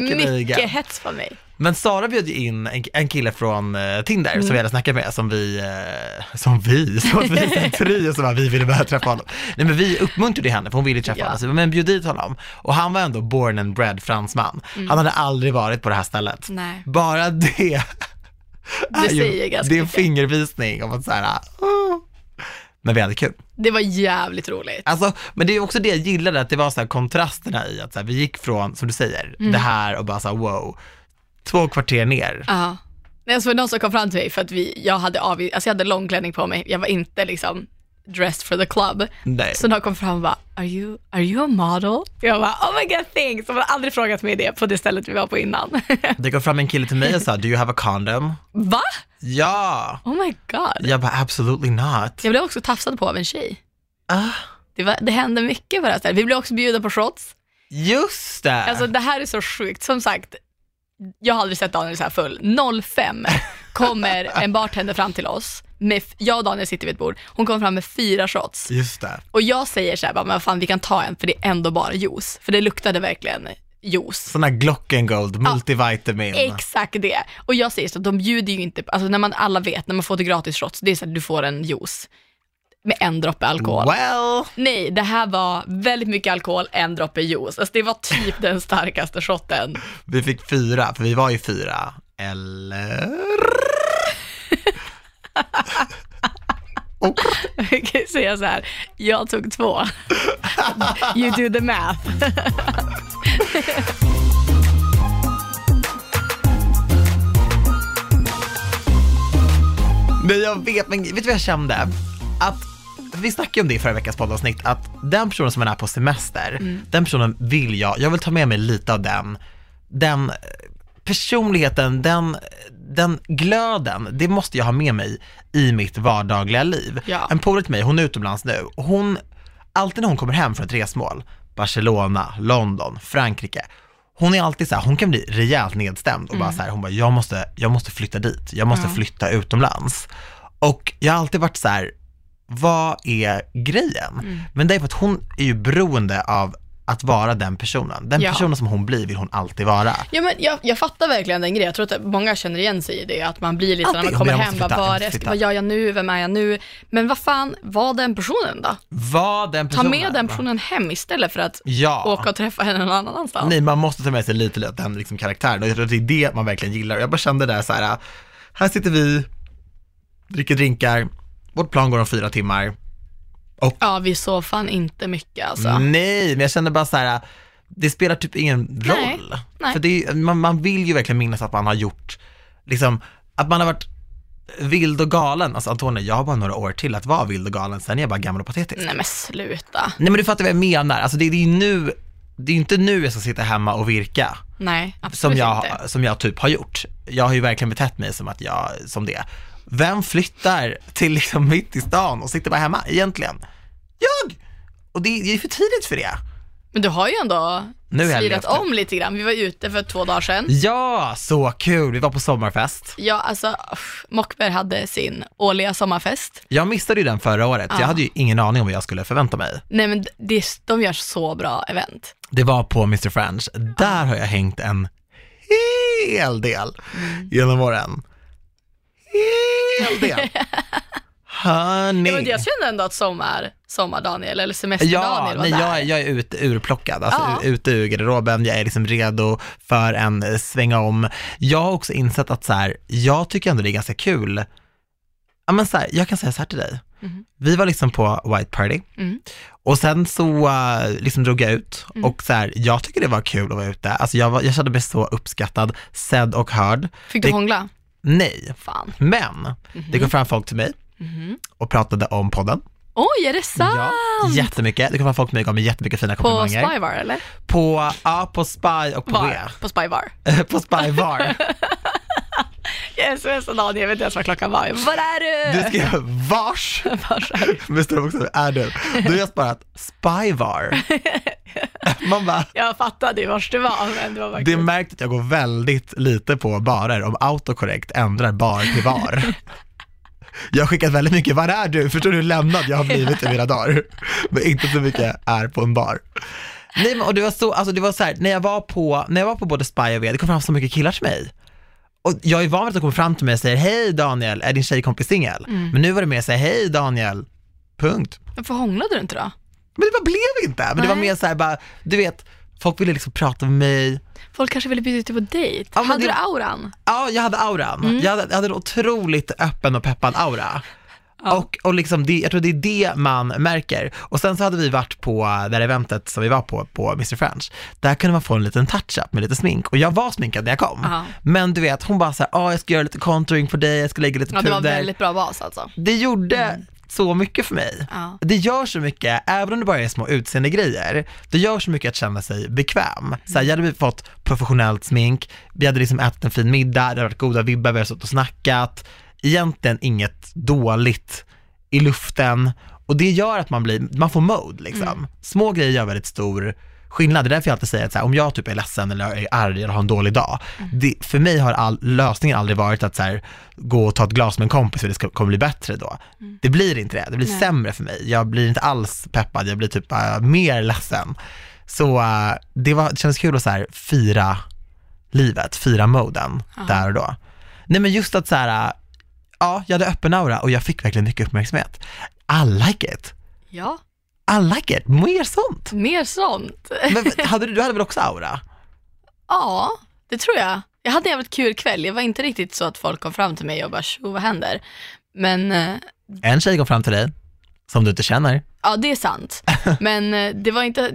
B: Mycket
A: Verkligen.
B: hets på mig.
A: Men Sara bjöd ju in en, en kille från eh, Tinder som
B: Mm.
A: vi hade snackat med, som vi, eh, som vi, *laughs* som vi, en trio som bara, vi ville börja träffa honom. Nej men vi uppmuntrade henne, för hon ville träffa
B: Ja.
A: honom, så vi bara, men bjud dit honom. Och han var ändå born and bred fransman. Han hade aldrig varit på det här stället.
B: Mm. Nej.
A: Bara det,
B: Det
A: *laughs* är ju-
B: säger ganska
A: det är en
B: mycket.
A: fingervisning om att såhär, oh. men vi hade kul.
B: Det var jävligt roligt.
A: Alltså, men det är också det jag gillade, att det var så här kontrasterna i att så här, vi gick från, som du säger,
B: Mm.
A: det här och bara så här, wow, två kvarter ner.
B: Ja. Nej, alltså, det var någon som kom fram till mig för att vi, jag hade av, alltså jag hade långklänning på mig, jag var inte liksom dressed for the club.
A: Nej.
B: Så någon kom fram och bara, are you, are you a model? Jag bara, oh my god thanks, de hade aldrig frågat mig det på det stället vi var på innan.
A: Det kom fram en kille till mig och sa, do you have a condom?
B: *laughs* Va?
A: Ja!
B: Oh my god.
A: Jag bara, absolutely not.
B: Jag blev också tafsad på av en tjej.
A: Ah,
B: Det, var, det hände mycket på det här stället. Vi blev också bjudna på shots.
A: just det!
B: Alltså det här är så sjukt, som sagt, jag har aldrig sett Daniel så här full. 05 kommer en bartender fram till oss med, f- jag och Daniel sitter vid ett bord, hon kommer fram med fyra shots
A: Just det.
B: och jag säger så här, bara, men fan vi kan ta en för det är ändå bara juice, för det luktade verkligen juice.
A: Sån här Glockengold, multivitamin.
B: Exakt det. Och jag säger så, de bjuder ju inte, alltså när man alla vet, när man får det gratis shots, det är så att du får en juice med en droppe alkohol.
A: Well,
B: Nej, det här var väldigt mycket alkohol, en droppe juice. Alltså det var typ den starkaste shotten.
A: vi fick fyra, för vi var ju fyra. Eller? Och *laughs*
B: Jag kan ju säga så här, jag tog två. You do the math.
A: Men jag vet, men vet du vad jag kände? Att vi snackade ju om det i förra veckans poddavsnitt, att den personen som man är på semester, den personen vill jag, jag vill ta med mig lite av den, den personligheten, den, den glöden, det måste jag ha med mig i mitt vardagliga liv.
B: Ja.
A: En polare till mig, hon är utomlands nu, och hon, alltid när hon kommer hem från ett resmål, Barcelona, London, Frankrike, hon är alltid så här, hon kan bli rejält nedstämd och bara så här, hon bara, jag måste, jag måste flytta dit, jag måste
B: Mm. Ja.
A: flytta utomlands. Och jag har alltid varit så här, vad är grejen?
B: Mm.
A: Men det är för att hon är ju beroende av att vara den personen. Den
B: Ja.
A: personen som hon blir vill hon alltid vara.
B: Ja, men jag, jag fattar verkligen den grejen. Jag tror att många känner igen sig i det, att man blir lite när
A: Alltid,
B: man kommer
A: jag måste
B: hem, bara,
A: flytta, jag
B: vad,
A: måste
B: är det-
A: flytta.
B: vad gör jag nu, vem är jag nu? Men vad fan, var den personen då?
A: Var den
B: Ta
A: personen.
B: med den personen hem istället för att
A: Ja.
B: åka och träffa henne någon annanstans.
A: Nej, man måste ta med sig lite av den liksom, karaktären och jag tror att det är det man verkligen gillar. Och Jag bara kände där så här, här sitter vi, dricker drinkar, vårt plan går om fyra timmar.
B: Ja, vi sov fan inte mycket alltså.
A: Nej, men jag känner bara så här, det spelar typ ingen
B: Nej,
A: roll.
B: nej.
A: För det är, ju- man, man vill ju verkligen minnas att man har gjort, liksom, att man har varit vild och galen. Alltså Antonija, jag har bara några år till att vara vild och galen, sen är jag bara gammal och patetisk.
B: Nej men sluta.
A: Nej men du fattar vad jag menar, alltså det, det är ju nu, det är ju inte nu jag ska sitta hemma och virka
B: Nej, absolut
A: som jag,
B: inte.
A: som jag typ har gjort. Jag har ju verkligen betett mig som att jag, som det. Vem flyttar till liksom mitt i stan och sitter bara hemma egentligen? Jag! Och det, det är för tidigt för det.
B: Men du har ju ändå
A: Nu har jag
B: slirat
A: levt det.
B: om lite grann. Vi var ute för två dagar sedan.
A: Ja, så kul! Vi var på sommarfest.
B: Ja, alltså uff, Mockberg hade sin årliga sommarfest.
A: Jag missade ju den förra året, så
B: Ja.
A: jag hade ju ingen aning om vad jag skulle förvänta mig.
B: Nej men det, de gör så bra event.
A: Det var på Mr. French. Där har jag hängt en hel del
B: Mm.
A: genom åren. Hel
B: *laughs*
A: del!
B: Ja, men
A: Honey!
B: jag kände ändå att sommar, sommar-Daniel eller
A: Ja,
B: semester-Daniel var
A: nej,
B: där.
A: jag, är- jag är ut, urplockad, alltså
B: Ja.
A: u- ute ur garderoben, jag är liksom redo för en eh, svänga om. Jag har också insett att så här, jag tycker ändå det är ganska kul. Ja, men så här, jag kan säga så här till dig.
B: Mhm.
A: Vi var liksom på White Party
B: Mm.
A: och sen så eh, liksom drog jag ut och så här, jag tycker det var kul att vara ute. Alltså jag, var, jag kände mig så uppskattad, sedd och hörd.
B: Fick du
A: Det-
B: hångla?
A: Nej,
B: Fan.
A: men det kom fram folk till mig
B: Mhm.
A: och pratade om podden.
B: Oj, är det sant?
A: jättemycket. Det kom fram folk till mig och gav mig jättemycket fina
B: På
A: komplimanger.
B: Spybar eller?
A: På, ja, på Spy och på
B: Var. På Spybar.
A: V. på Spy var.
B: Jag smsade Daniel, jag vet inte ens vad klockan var. Jag bara, Var är
A: Du
B: du?
A: skrev
B: *laughs*
A: vars,
B: Var är du?
A: men står det också är du. Då har jag sparat Spy var.
B: *laughs*
A: Man bara,
B: Jag fattade ju vars du var, men det var bara
A: det är märkt att jag går väldigt lite på barer om autokorrekt ändrar bar till *laughs* var. Jag har skickat väldigt mycket, var är du? Förstår du hur lämnad *laughs* jag har blivit i mina dagar? Men inte så mycket är på en bar. Nej men och det var så, alltså det var så här, när jag var på, när jag var på både Spy och V, det kom fram så mycket killar till mig. Och jag är van vid att de kommer fram till mig och säger, hej Daniel, är din tjejkompis singel? Men nu var det mer så här, hej Daniel, punkt.
B: Varför hånglade du inte då?
A: Men det bara blev inte, men det var
B: Nej.
A: mer så här bara, du vet, folk ville liksom prata med mig,
B: Folk kanske ville bjuda ut dig på dejt.
A: Ja, men
B: Hade
A: det-
B: du auran?
A: Ja, jag hade auran.
B: Mm.
A: Jag, hade, jag hade en otroligt öppen och peppad aura. Och, och liksom det, jag tror det är det man märker. Och sen så hade vi varit på det här eventet som vi var på, på Mr. French. Där kunde man få en liten touch-up med lite smink. Och jag var sminkad när jag kom.
B: Ja.
A: Men du vet, hon bara såhär, ja jag ska göra lite contouring på dig, jag ska lägga lite
B: Ja, det var
A: puder.
B: väldigt bra bas alltså.
A: Det gjorde så mycket för mig.
B: Ja.
A: Det gör så mycket, även om det bara är små utseendegrejer, det gör så mycket att känna sig bekväm. Så här, jag hade fått professionellt smink, vi hade liksom ätit en fin middag, det hade varit goda vibbar, vi hade suttit och snackat. Egentligen inget dåligt i luften och det gör att man blir, man får mode liksom. Små grejer gör väldigt stor skillnad. Det är därför jag alltid säger att så här, om jag typ är ledsen eller är arg eller har en dålig dag, det, för mig har all, lösningen aldrig varit att så här, gå och ta ett glas med en kompis och det ska, kommer bli bättre då. Det blir inte det, det blir
B: Nej.
A: sämre för mig. Jag blir inte alls peppad, jag blir typ bara mer ledsen. Så eh, det, var, det kändes kul att så här, fira livet, fira moden där och då. Nej men just att så här, ja, jag hade öppen aura och jag fick verkligen mycket uppmärksamhet. I like it,
B: Ja,
A: I like it, mer sånt.
B: mer sånt.
A: Men hade du, du hade väl också aura?
B: Ja, det tror jag. Jag hade en jävligt kul kväll. Jag var inte riktigt så att folk kom fram till mig och bara tjo, vad händer? Men eh,
A: En tjej kom fram till dig, som du inte känner.
B: ja, det
A: *laughs*
B: är sant. Men eh, det var inte,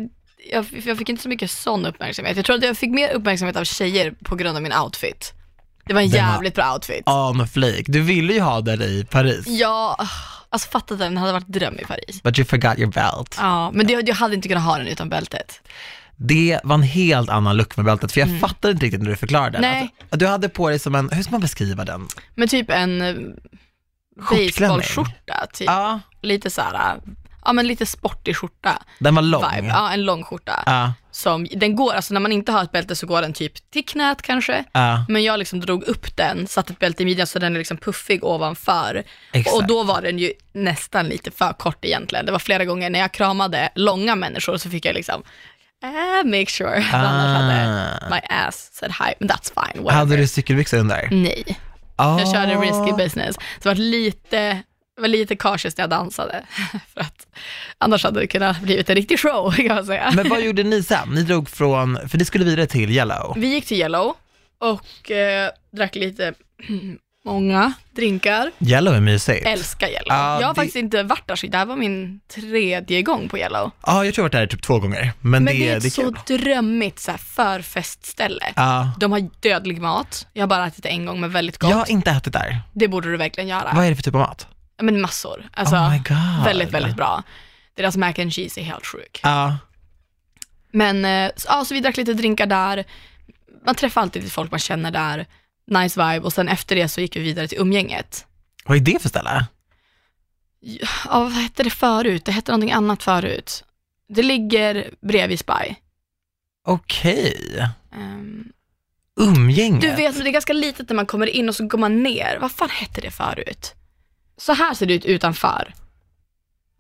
B: jag, jag fick inte så mycket sån uppmärksamhet. Jag tror att jag fick mer uppmärksamhet av tjejer på grund av min outfit. Det var en
A: Den var-
B: jävligt bra outfit.
A: On fleek, du ville ju ha den i Paris,
B: Ja, ah, alltså fatta den, det hade varit dröm i Paris.
A: but you forgot your belt.
B: Ja, men det, jag hade inte kunnat ha den utan bältet.
A: Det var en helt annan look med bältet, för jag fattade inte riktigt när du förklarade.
B: Mm. Nej.
A: Att, att du hade på dig som en, hur ska man beskriva den?
B: Men typ en eh,
A: Skjortklänning.
B: baseballskjorta, typ.
A: Ja,
B: Lite så här, eh, ja men lite sportig skjorta.
A: den var lång.
B: Vibe. Ja, en lång skjorta.
A: Ja,
B: Som, den går, alltså när man inte har ett bälte så går den typ till knät kanske.
A: ja,
B: Men jag liksom drog upp den, satte ett bälte i midjan så den är liksom puffig ovanför.
A: Exakt.
B: Och då var den ju nästan lite för kort egentligen. Det var flera gånger när jag kramade långa människor så fick jag liksom, eh, make sure. Ah. Annars hade
A: Ah.
B: my ass said hi, but that's fine. whatever.
A: Hade du cykelbyxor under?
B: Nej,
A: Ah.
B: Mm. jag körde risky business. Så det var lite, jag var lite cautious när jag dansade. *laughs* För att annars hade det kunnat blivit en riktig show kan man säga.
A: Men vad gjorde ni sen? Ni drog från, för ni skulle vidare till Yellow.
B: Vi gick till Yellow och eh, drack lite *clears throat* många drinkar.
A: Yellow är mysigt.
B: Älskar Yellow.
A: Ja,
B: jag har
A: det-
B: faktiskt inte varit där, så det här var min tredje gång på Yellow.
A: Ja, jag tror jag har varit där typ två gånger. Men,
B: Men det, är ett
A: det är
B: så
A: kul.
B: drömmigt så här, förfestställe.
A: Ja.
B: De har dödlig mat. Jag har bara ätit det en gång, men väldigt gott.
A: Jag har inte ätit där.
B: Det borde du verkligen göra.
A: Vad är det för typ av mat?
B: Ja, Men massor. Alltså,
A: oh my god.
B: väldigt, väldigt bra. Deras mac and cheese är helt sjuk.
A: Ja,
B: Men eh, så, ja, så vi drack lite drinkar där. Man träffar alltid lite folk man känner där. Nice vibe och sen efter det så gick vi vidare till umgänget.
A: vad är det för ställe?
B: Ja, vad hette det förut? Det hette någonting annat förut. Det ligger bredvid Spy.
A: Okej.
B: Ehm,
A: Umgänge.
B: du vet, det är ganska litet när man kommer in och så går man ner. Vad fan hette det förut? Så här ser det ut utanför.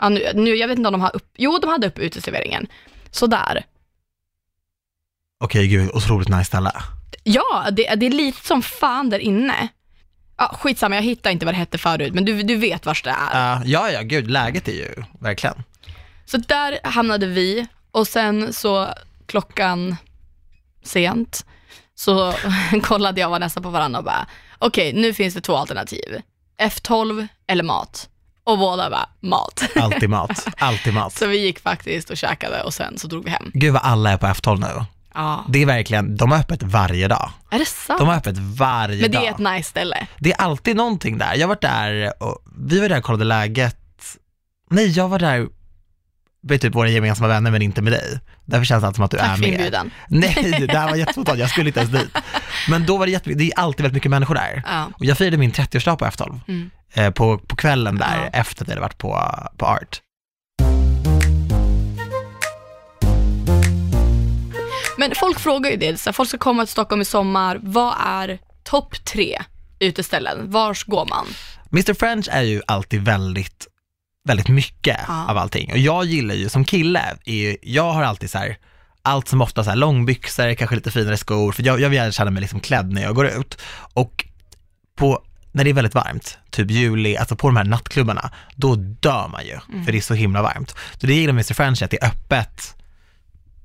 B: Ja, nu, nu, jag vet inte om de har upp... Jo, de hade upp uteserveringen. Så där.
A: Okej, gud, otroligt nice ställe.
B: Ja, det, det är lite som fan där inne. Ja, skitsamma, jag hittar inte vad det hette förut, men du, du vet vars det är.
A: Ja, ja, ja, gud, läget är ju verkligen.
B: Så där hamnade vi och sen så klockan sent så *laughs* kollade jag och Vanessa på varandra och bara okej nu finns det två alternativ. F12 eller mat. Och båda bara mat. *laughs*
A: Alltid mat, alltid mat.
B: Så vi gick faktiskt och käkade och sen så drog vi hem.
A: Gud vad alla är på F12 nu.
B: Ja.
A: Det är verkligen, de har öppet varje dag.
B: Är det sant?
A: De har öppet varje
B: Ah. Men det
A: dag.
B: är ett nice ställe.
A: Det är alltid någonting där. Jag var där och vi var där och kollade läget. Nej, jag var där med typ våra gemensamma vänner men inte med dig. Därför känns det alltid som att du är
B: Tack för
A: med.
B: inbjudan.
A: *laughs* Nej, det här var jättespontant. Jag skulle inte ens dit. Men då var det jättemycket, det är alltid väldigt mycket människor där.
B: Ja.
A: Och jag firade min 30-årsdag på F12,
B: Mm.
A: eh, på, på kvällen där
B: Ja.
A: efter att jag hade varit på, på Art.
B: Men folk frågar ju det, så här, folk ska komma till Stockholm i sommar. Vad är topp tre uteställen? Vars går man?
A: Mr French är ju alltid väldigt, väldigt mycket
B: Ja.
A: av allting. Och jag gillar ju, som kille, är ju, jag har alltid så här, allt som ofta så här långbyxor, kanske lite finare skor, för jag, jag vill gärna känna mig liksom klädd när jag går ut. Och på, när det är väldigt varmt, typ juli, alltså på de här nattklubbarna, då dör man ju, för det är så himla varmt. Så det gillar Mr French, att det är öppet,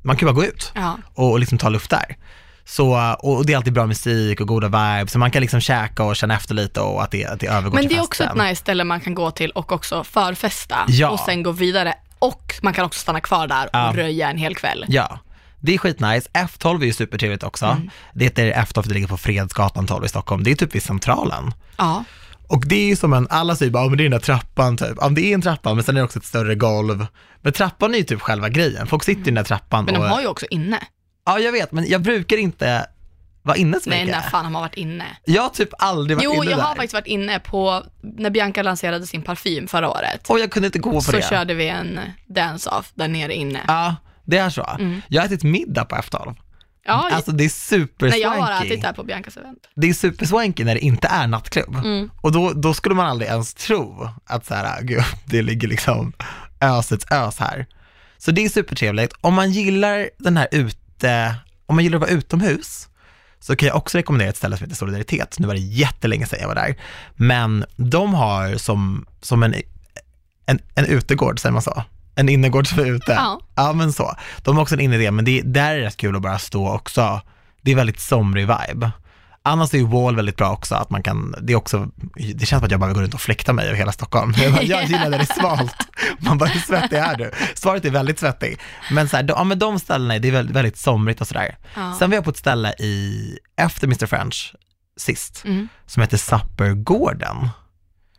A: man kan ju bara gå ut
B: Ja.
A: och, och liksom ta luft där. Så, och det är alltid bra musik och goda vibes, så man kan liksom käka och känna efter lite och att det, att det övergår
B: Men
A: till
B: det är också
A: festen.
B: ett nice ställe man kan gå till och också förfesta
A: Ja.
B: och sen gå vidare. Och man kan också stanna kvar där och
A: Ja.
B: röja en hel kväll.
A: Ja, det är skitnice. F12 är ju supertrevligt också.
B: Mm.
A: Det heter F12 för det ligger på Fredsgatan 12 i Stockholm. Det är typ vid Centralen.
B: Ja.
A: Och det är ju som en, alla säger bara, "Ja, men det är den där trappan typ. Ja, men det är en trappa, men sen är det också ett större golv. Men trappan är ju typ själva grejen. Folk sitter i den där trappan
B: Men de
A: och...
B: har ju också inne.
A: Ja, jag vet, men jag brukar inte vara inne så
B: Nej,
A: mycket.
B: när fan har man varit inne?
A: Jag har typ aldrig varit
B: Jo,
A: inne
B: jag
A: där.
B: har faktiskt varit inne på, när Bianca lanserade sin parfum förra året,
A: Och jag kunde inte gå på
B: så
A: det.
B: körde vi en dance-off där nere inne.
A: Ja, Det är så.
B: Mm.
A: Jag har ätit middag på F12.
B: Ja,
A: Alltså det är
B: nej, jag har
A: superswanky.
B: ätit där på Biancas event.
A: Det är superswanky när det inte är nattklubb.
B: Mm.
A: Och då, då skulle man aldrig ens tro att så här, gud, det ligger liksom ösets ös här. Så det är supertrevligt. Om man gillar den här ute, om man gillar att vara utomhus, så kan jag också rekommendera ett ställe som heter Solidaritet. Nu var det jättelänge sedan jag var där. Men de har som, som en, en, en utegård, säger man så? En innergård som är ute.
B: Ja.
A: ja men så. De har också en innergård, men det, där är det rätt kul att bara stå också. Det är väldigt somrig vibe. Annars är ju Wall väldigt bra också, att man kan, det är också, det känns som att jag bara vill gå runt och fläkta mig över hela Stockholm. Jag, bara, jag gillar när det är svalt. Man bara, hur svettig är du? Svaret är väldigt svettig. Men så här, de, ja, men de ställena, det är väldigt, väldigt somrigt och sådär.
B: Ja.
A: Sen var jag på ett ställe i, efter Mr. French, sist,
B: Mm.
A: som heter Sappergården.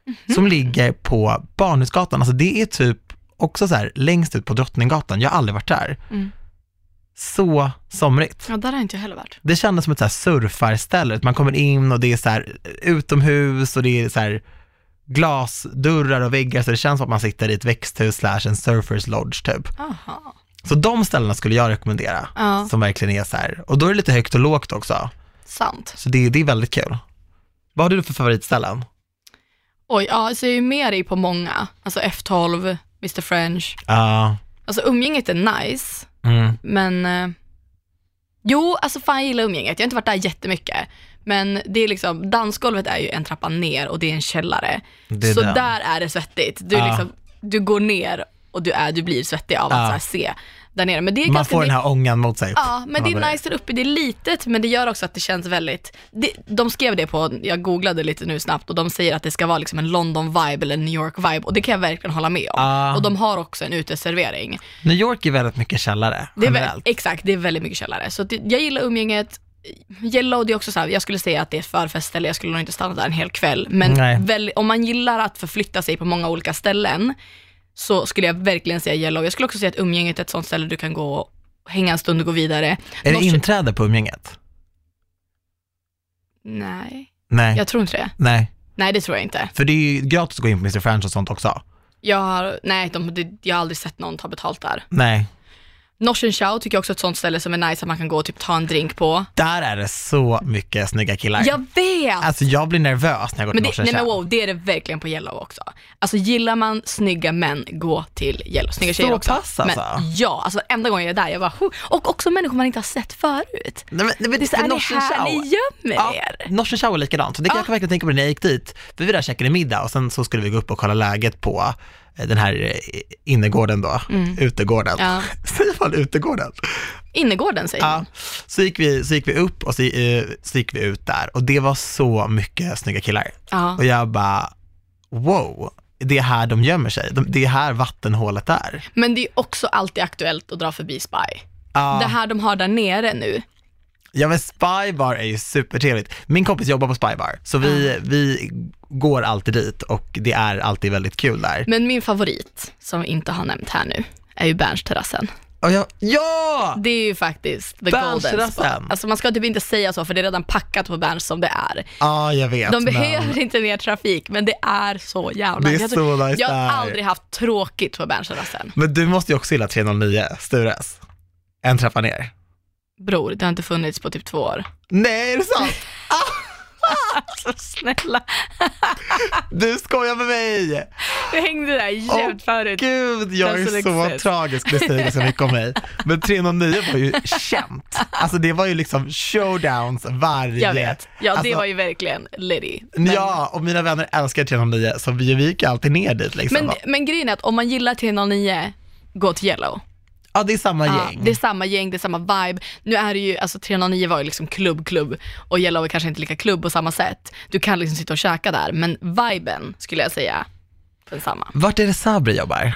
B: Mhm.
A: Som ligger på Barnhusgatan, alltså det är typ också så här längst ut på Drottninggatan, jag har aldrig varit där.
B: Mm.
A: Så somrigt.
B: Ja, där har inte jag heller varit.
A: Det kändes som ett så här surfarställe, man kommer in och det är så här eh, utomhus och det är så här glasdörrar och väggar, så det känns som att man sitter i ett växthus slash en surfers lodge typ.
B: Aha.
A: Så de ställena skulle jag rekommendera,
B: Ja,
A: som verkligen är så här, och då är det lite högt och lågt också.
B: sant.
A: Så det, det är väldigt kul. Vad har du för favoritställen?
B: Oj, ja, så jag är ju med dig på många. Alltså F12, Mr French.
A: Ja,
B: Alltså umgänget är nice,
A: mm.
B: men... Eh, jo, alltså fan jag gillar umgänget. Jag har inte varit där jättemycket. Men det är liksom, dansgolvet är ju en trappa ner och det är en källare.
A: det är
B: så
A: den.
B: där är det svettigt. Du,
A: Ja.
B: liksom, du går ner och du, är, du blir svettig av att
A: Ja.
B: så här se där nere. Men det är
A: Man
B: ganska
A: får den här ångan mot sig.
B: Ja, men
A: Man
B: det
A: bara-
B: är nice där uppe, det är litet men det gör också att det känns väldigt, det, de skrev det på, jag googlade lite nu snabbt och de säger att det ska vara liksom en London-vibe eller en New York-vibe och det kan jag verkligen hålla med om.
A: Ah.
B: Och de har också en uteservering.
A: New York är väldigt mycket källare,
B: Det är väl,
A: generellt.
B: exakt, det är väldigt mycket källare. Så det, jag gillar umgänget, Yellow det är också så här, jag skulle säga att det är ett förfestställe, jag skulle nog inte stanna där en hel kväll.
A: Nej.
B: Men väl, om man gillar att förflytta sig på många olika ställen så skulle jag verkligen säga Yellow. Jag skulle också säga att umgänget är ett sånt ställe du kan gå och hänga en stund och gå vidare.
A: Är det
B: Norrkö-
A: inträde på umgänget?
B: Nej.
A: Nej.
B: Jag tror inte det.
A: Nej.
B: Nej, det tror jag inte.
A: För det är ju gratis att gå in på Mr. French och sånt också.
B: Jag har, nej, de, det- jag har aldrig sett någon ta betalt där.
A: Nej.
B: Norsen Chow tycker jag också är ett sånt ställe som är nice att man kan gå och typ ta en drink på.
A: Där är det så mycket snygga killar.
B: Jag vet!
A: Alltså jag blir nervös när jag går till
B: men det,
A: Norsen
B: nej men
A: Tjärn.
B: wow, det är det verkligen på Yellow också. Alltså gillar man snygga män, gå till Yellow. Snygga
A: Så
B: tjejer också.
A: pass, alltså?
B: Men, ja, alltså varenda gång jag är där, jag bara, "Huh." och också människor man inte har sett förut.
A: Nej, men, nej, men
B: Det är så, är det
A: Norsen
B: här
A: Chow-
B: ni gömmer
A: Ja,
B: er?
A: Norsen Chow är likadant. Så det kan
B: Ja.
A: jag verkligen tänka på när jag gick dit. För vi var där och käkade middag och sen så skulle vi gå upp och kolla läget på eh, den här eh, innergården då, utegården.
B: Mm.
A: *laughs*
B: Ja.
A: Säger man utegården?
B: Innergården säger
A: Ja,
B: man.
A: så gick vi, så gick vi upp och så, eh, så gick vi ut där och det var så mycket snygga killar.
B: Ja.
A: Och jag bara, wow, det är här de gömmer sig. De, det är här vattenhålet är.
B: Men det är också alltid aktuellt att dra förbi Spy.
A: Ja,
B: Det här de har där nere nu,
A: ja men Spybar är ju supertrevligt. Min kompis jobbar på Spybar, så vi,
B: Ah.
A: vi går alltid dit och det är alltid väldigt kul där.
B: Men min favorit, som vi inte har nämnt här nu, är ju Berns-terrassen.
A: Och jag, ja!
B: Det är ju faktiskt the golden spot.
A: Berns-terrassen.
B: Alltså man ska typ inte säga så, för det är redan packat på Berns som det är.
A: Ja, jag vet.
B: De
A: men-
B: behöver inte mer trafik, men det är så jävla
A: Det är
B: jag, tror-
A: så nice
B: jag
A: där.
B: har aldrig haft tråkigt på Berns-terrassen.
A: Men du måste ju också gilla 309, Stures. En trappa ner.
B: Bror, det har inte funnits på typ två år.
A: Nej, är det sant?
B: Alltså snälla,
A: Du skojar med mig!
B: jag hängde där jämt förut.
A: Gud, jag
B: That's
A: är
B: an
A: så
B: excess.
A: tragisk, det säger så mycket om mig. Men 309 var ju känt. Alltså det var ju liksom showdowns varje...
B: Jag vet. Ja, det
A: Alltså,
B: var ju verkligen litty.
A: Ja, och mina vänner älskar 309, så vi, vi gick alltid ner dit liksom.
B: Men, men grejen är att om man gillar 309, gå till Yellow.
A: ja, det är samma
B: Ja,
A: gäng.
B: det är samma gäng, det är samma vibe. Nu är det ju, alltså 309 var ju liksom klubb, klubb och Yellow är kanske inte lika klubb på samma sätt. Du kan liksom sitta och käka där, men viben skulle jag säga densamma.
A: Vart är det Sabri jobbar?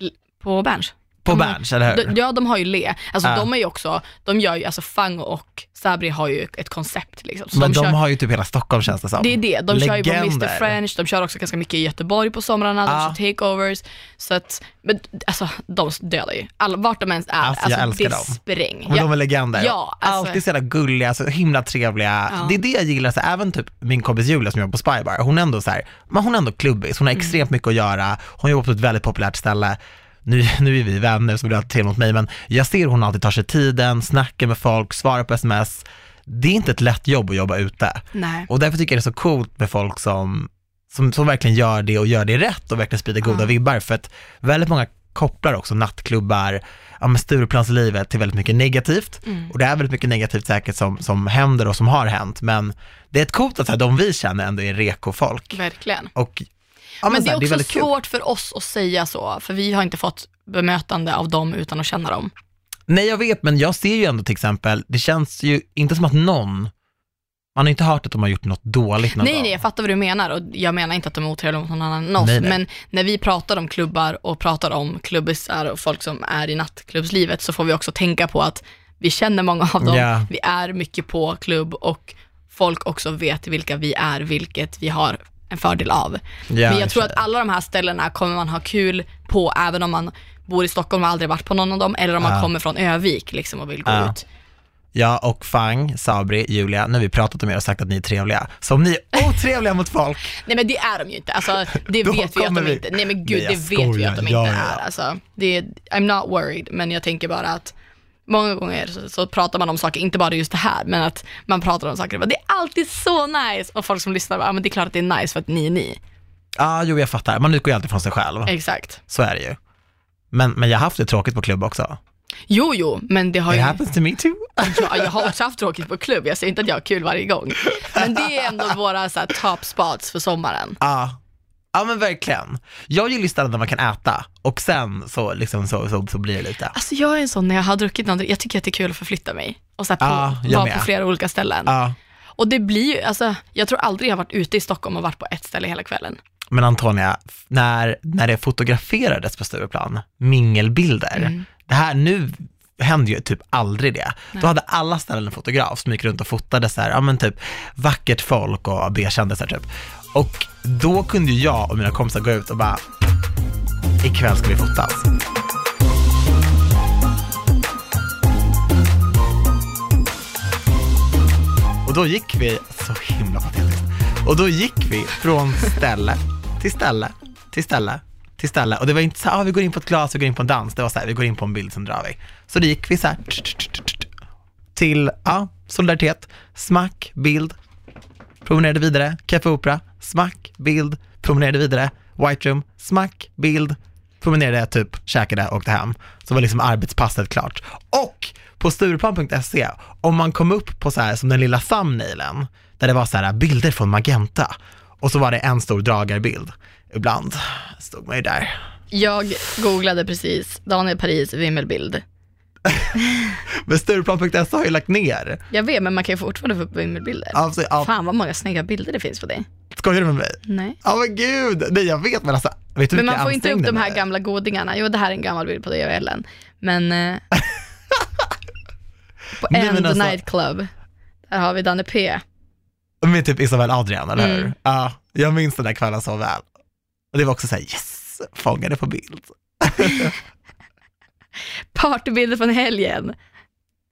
B: L- På Berns.
A: På
B: De-
A: Berns, eller hur?
B: Mm. de- Ja, de har ju le. Alltså
A: Ja.
B: de är ju också, de gör ju, alltså Fang och Sabri har ju ett koncept liksom. Så
A: Men de,
B: kör,
A: har ju typ hela Stockholm känns det som.
B: det är det, de kör ju på
A: Legender. Ah.
B: Mr French, de kör också ganska mycket i Göteborg på somrarna,
A: Ja.
B: de kör takeovers. Så att, men alltså de dödar ju. All, vart de ens är,
A: Alltså, jag
B: alltså, det
A: älskar dem.
B: spräng.
A: Men
B: Ja.
A: de är legender.
B: Ja, alltså-
A: Alltid så jävla gulliga, så himla trevliga.
B: Ja.
A: Det är det jag gillar, så även typ min kompis Julia som jobbar på
B: Mm.
A: Spybar, hon är ändå så här, men hon är ändå klubbis, hon har extremt mycket att göra, hon jobbar på ett väldigt populärt ställe. nu, nu är vi vänner som du alltid till mot mig, men jag ser hon alltid tar sig tiden, snackar med folk, svarar på sms. Det är inte ett lätt jobb att jobba ute.
B: Nej.
A: Och därför tycker jag det är så coolt med folk som, som, som verkligen gör det och gör det rätt och verkligen sprider goda
B: Ja.
A: vibbar. För att väldigt många kopplar också nattklubbar, ja men Stureplanslivet till väldigt mycket negativt.
B: Mm.
A: Och det är väldigt mycket negativt säkert som, som händer och som har hänt. Men det är ett coolt att så här, de vi känner ändå är reko-folk.
B: Verkligen.
A: Och ja, men,
B: men det
A: så
B: är
A: här, det är
B: också
A: väldigt kul.
B: svårt för oss att säga så, för vi har inte fått bemötande av dem utan att känna dem.
A: Nej jag vet, men jag ser ju ändå till exempel, det känns ju inte som att någon, man har inte hört att de har gjort något dåligt någon
B: Nej,
A: gång.
B: nej, jag fattar vad du menar och jag menar inte att de är otrevliga mot någon annan än oss,
A: Nej, nej.
B: men när vi pratar om klubbar och pratar om klubbisar och folk som är i nattklubbslivet så får vi också tänka på att vi känner många av dem,
A: Ja.
B: vi är mycket på klubb och folk också vet vilka vi är, vilket vi har en fördel av.
A: Ja,
B: men jag
A: i och
B: tror
A: för
B: att alla de här ställena kommer man ha kul på, även om man bor i Stockholm och aldrig varit på någon av dem, eller om man
A: Ja.
B: kommer från Övik liksom och vill gå
A: Ja.
B: ut.
A: Jag och Fang, Sabri, Julia, nu har vi pratat om er och sagt att ni är trevliga. Så om ni är otrevliga mot folk,
B: Nej men det är de ju inte, alltså,
A: *laughs*
B: det
A: Då
B: vet vi att
A: kommer
B: de
A: vi-
B: inte, nej men
A: Nej,
B: gud
A: jag
B: det vet vi
A: skojar.
B: att de inte
A: Ja, ja, ja.
B: är. Alltså, det är. I'm not worried, men jag tänker bara att många gånger så, så pratar man om saker, inte bara just det här, men att man pratar om saker, och bara, det är alltid så nice och folk som lyssnar bara, ja men det är klart att det är nice för att ni är ni.
A: ja jo jag fattar, man utgår ju alltid från sig själv.
B: Exakt.
A: Så är det ju. Men, men jag har haft det tråkigt på klubb också.
B: Jo jo, men det har
A: It
B: ju,
A: happens to me too.
B: ja, jag har också haft tråkigt på klubb, jag säger inte att jag har kul varje gång. Men det är ändå våra så här, top spots för sommaren.
A: Ja, ja men verkligen. Jag gillar ju ställen där man kan äta och sen så, liksom, så, så, så blir det lite.
B: Alltså jag är en sån när jag har druckit någonting, jag tycker att det är kul att förflytta mig och så här, på,
A: Ja, jag
B: vara
A: med.
B: på flera olika ställen.
A: Ja,
B: Och det blir ju, alltså, jag tror aldrig jag har varit ute i Stockholm och varit på ett ställe hela kvällen.
A: men Antonia, f- när, när det fotograferades på Stureplan, mingelbilder, det här nu händer ju typ aldrig det. Då hade alla ställen en fotograf som gick runt och fotade så här, ja men typ vackert folk och B-kändisar typ. Och då kunde ju jag och mina kompisar gå ut och bara, ikväll ska vi fotas. Och då gick vi, så himla patetiskt, och då gick vi från ställe till ställe, till ställe, till ställe. Och det var inte så här, ah, vi går in på ett glas, vi går in på en dans, det var så här, vi går in på en bild, sen drar vi. Så det gick vi så här, tch, tch, tch, tch, tch, till, ja, solidaritet, smack, bild, promenerade vidare, Café Opera, smack, bild, promenerade vidare, White Room, smack, bild, promenerade, typ käkade, åkte hem. Så var liksom arbetspasset klart. Och på Stureplan.se, E, om man kom upp på så här som den lilla thumbnailen, där det var så här bilder från Magenta, och så var det en stor dragarbild. Ibland stod man ju där.
B: Jag googlade precis Daniel Paris vimmelbild.
A: Men Stureplan.se E har ju lagt ner.
B: Jag vet, men man kan ju fortfarande få upp vimmelbilder.
A: Alltså, ja,
B: Fan vad många snygga bilder det finns på dig.
A: skojar du med mig?
B: Nej.
A: Ja men gud, nej jag vet men alltså, vet du hur
B: Men
A: mycket
B: man får inte upp
A: ansträngde
B: de här
A: mig?
B: gamla godingarna. Jo, det här är en gammal bild på dig och Ellen. Men...
A: *laughs*
B: eh, på
A: Nej, men
B: End
A: alltså-
B: Nightclub. Där har vi Danne P.
A: Med typ Isabel Adrian, eller hur?
B: Mm.
A: Ja, jag minns den där kvällen så väl. Och det var också så här, yes, fångade på bild.
B: Partybilder från helgen.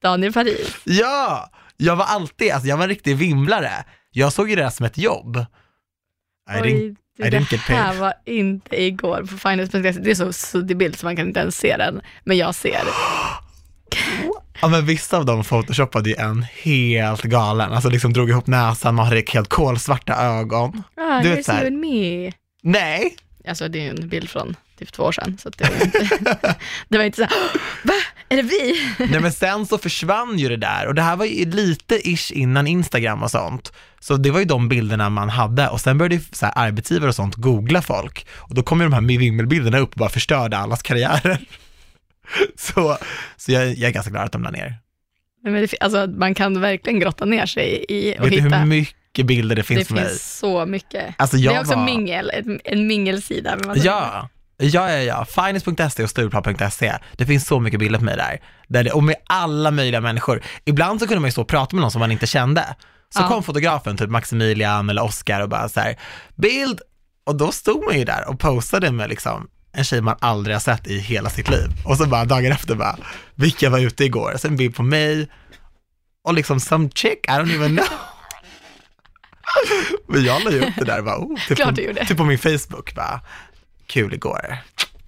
B: Daniel Paris.
A: Ja, jag var alltid, alltså jag var en riktig vimlare. Jag såg ju det här som ett jobb. I didn't,
B: Oj,
A: I
B: du,
A: didn't
B: det
A: get paid.
B: här var inte igår på finance.se. Det är så suddig bild så man kan inte ens se den, men jag ser.
A: ja men vissa av dem photoshoppade ju en helt galen, alltså liksom drog ihop näsan, man hade helt kolsvarta ögon.
B: Ah,
A: Du vet så
B: here's
A: här.
B: you and me.
A: Nej,
B: Alltså det är ju en bild från typ två år sedan, så att det var inte,
A: *laughs*
B: det var inte så här, "Åh, va? Är det vi?
A: Nej men sen så försvann ju det där och det här var ju lite ish innan Instagram och sånt. Så det var ju de bilderna man hade och sen började ju så här arbetsgivare och sånt googla folk och då kom ju de här vimmelbilderna upp och bara förstörde allas karriärer. *laughs* Så, så jag, jag är ganska glad att de la ner.
B: Nej, Men det, fin- alltså, man kan verkligen grotta ner sig i och
A: Vet du
B: hitta.
A: hur mycket bilder det finns
B: det
A: för mig?
B: finns så mycket.
A: Alltså
B: Det
A: jag
B: är också
A: var...
B: mingel, en, en mingelsida. med massa-
A: Ja, ja, ja, ja. Finance.se E och Stureplan.se. Det finns så mycket bilder på mig där. där det, och med alla möjliga människor. Ibland så kunde man ju stå och prata med någon som man inte kände. Så
B: Ja.
A: kom fotografen, typ Maximilian eller Oscar och bara så här, bild! Och då stod man ju där och posade med liksom en tjej man aldrig har sett i hela sitt liv. Och så bara dagen efter bara, vilka var ute igår? Sen en bild på mig och liksom some chick, I don't even know. Men jag la ju upp det där och bara, oh, typ,
B: Klart du
A: på,
B: gjorde.
A: typ på min Facebook bara, kul igår.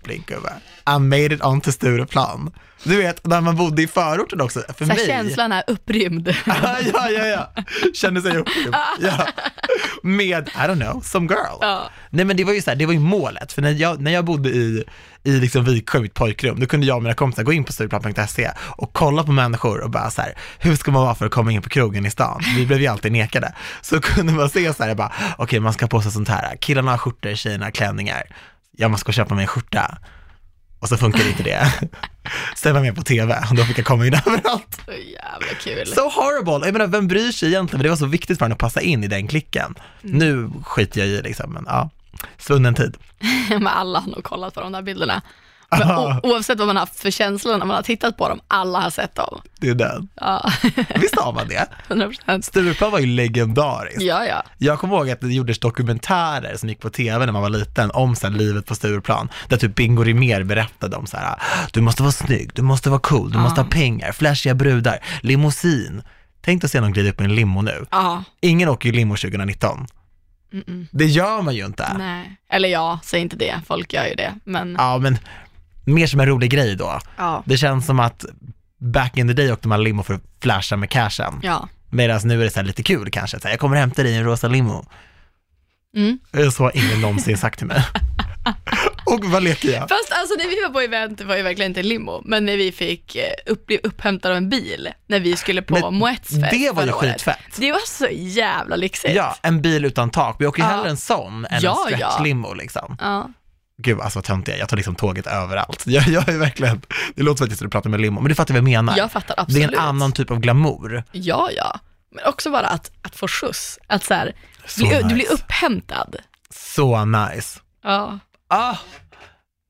A: blinkgubbe. I made it onto Stureplan. Du vet, när man bodde i förorten också, för
B: Så här,
A: mig. Ah.
B: känslan är upprymd.
A: ja, *laughs* ja, ja. Kände sig upprymd. Ja. Med, I don't know, some girl.
B: Ja.
A: Nej men det var ju så här, det var ju målet. För när jag, när jag bodde i, i liksom Viksjö, mitt pojkrum, då kunde jag och mina kompisar gå in på Stureplan.se och kolla på människor och bara så här, hur ska man vara för att komma in på krogen i stan? Vi blev ju alltid nekade. Så kunde man se så här, bara, okej man ska ha på sig sånt här, killarna har skjortor, tjejerna har klänningar. Jag måste gå och köpa mig en skjorta. Och så funkar inte det. Sen var jag med på tv och då fick jag komma in *laughs* överallt.
B: *laughs* Så jävla kul.
A: So horrible! Jag menar, vem bryr sig egentligen? Men det var så viktigt för henne att passa in i den klicken.
B: Mm.
A: Nu skiter jag i liksom, men ja. Svunnen tid.
B: *laughs* Men alla har nog kollat på de
A: *laughs*
B: där bilderna. Men o- oavsett vad man har haft för känslor när man har tittat på dem, alla har sett dem.
A: Det är den.
B: Ja, *laughs*
A: Visst har man det?
B: 100%.
A: Stureplan var ju legendariskt.
B: Ja, ja.
A: Jag kommer ihåg att det gjordes dokumentärer som gick på tv när man var liten om så här, livet på Stureplan. Där typ Bingo Rimér berättade om så här, du måste vara snygg, du måste vara cool, du måste ha pengar, flashiga brudar, limousin. Tänk dig att se någon glida upp i en limo nu.
B: ja.
A: Ingen åker ju limo 2019.
B: Mm-mm.
A: Det gör man ju inte.
B: Nej. Eller ja, säg inte det. Folk gör ju det. Men
A: Ja, men mer som en rolig grej då.
B: ja.
A: Det känns som att back in the day åkte man limo för att flasha med cashen.
B: ja.
A: Medan nu är det så här lite kul kanske, så här, jag kommer hämta dig i en rosa limo.
B: Mm.
A: Så har ingen någonsin sagt
B: *laughs*
A: till mig. Och vad leker jag?
B: Fast alltså när vi var på event var ju verkligen inte limo, men när vi fick eh, upp, bli upphämtade av en bil när vi skulle på
A: Men
B: Moetsfest
A: det var ju
B: förra året.
A: skitfett.
B: Det var så jävla lyxigt.
A: Ja, en bil utan tak. Vi åker ju
B: Ja.
A: hellre en sån än
B: Ja,
A: en
B: ja.
A: stretchlimo liksom.
B: Ja.
A: Gud, alltså vad töntig jag är. Jag tar liksom tåget överallt. Jag, jag är verkligen, det låter som att jag sitter och pratar med limo, men du fattar vad jag menar.
B: Jag fattar
A: det
B: absolut.
A: är en annan typ av glamour.
B: Ja, ja. Men också bara att, att få skjuts. Att så här,
A: Så
B: bli,
A: nice.
B: du blir upphämtad.
A: Så nice.
B: Ja.
A: Ah,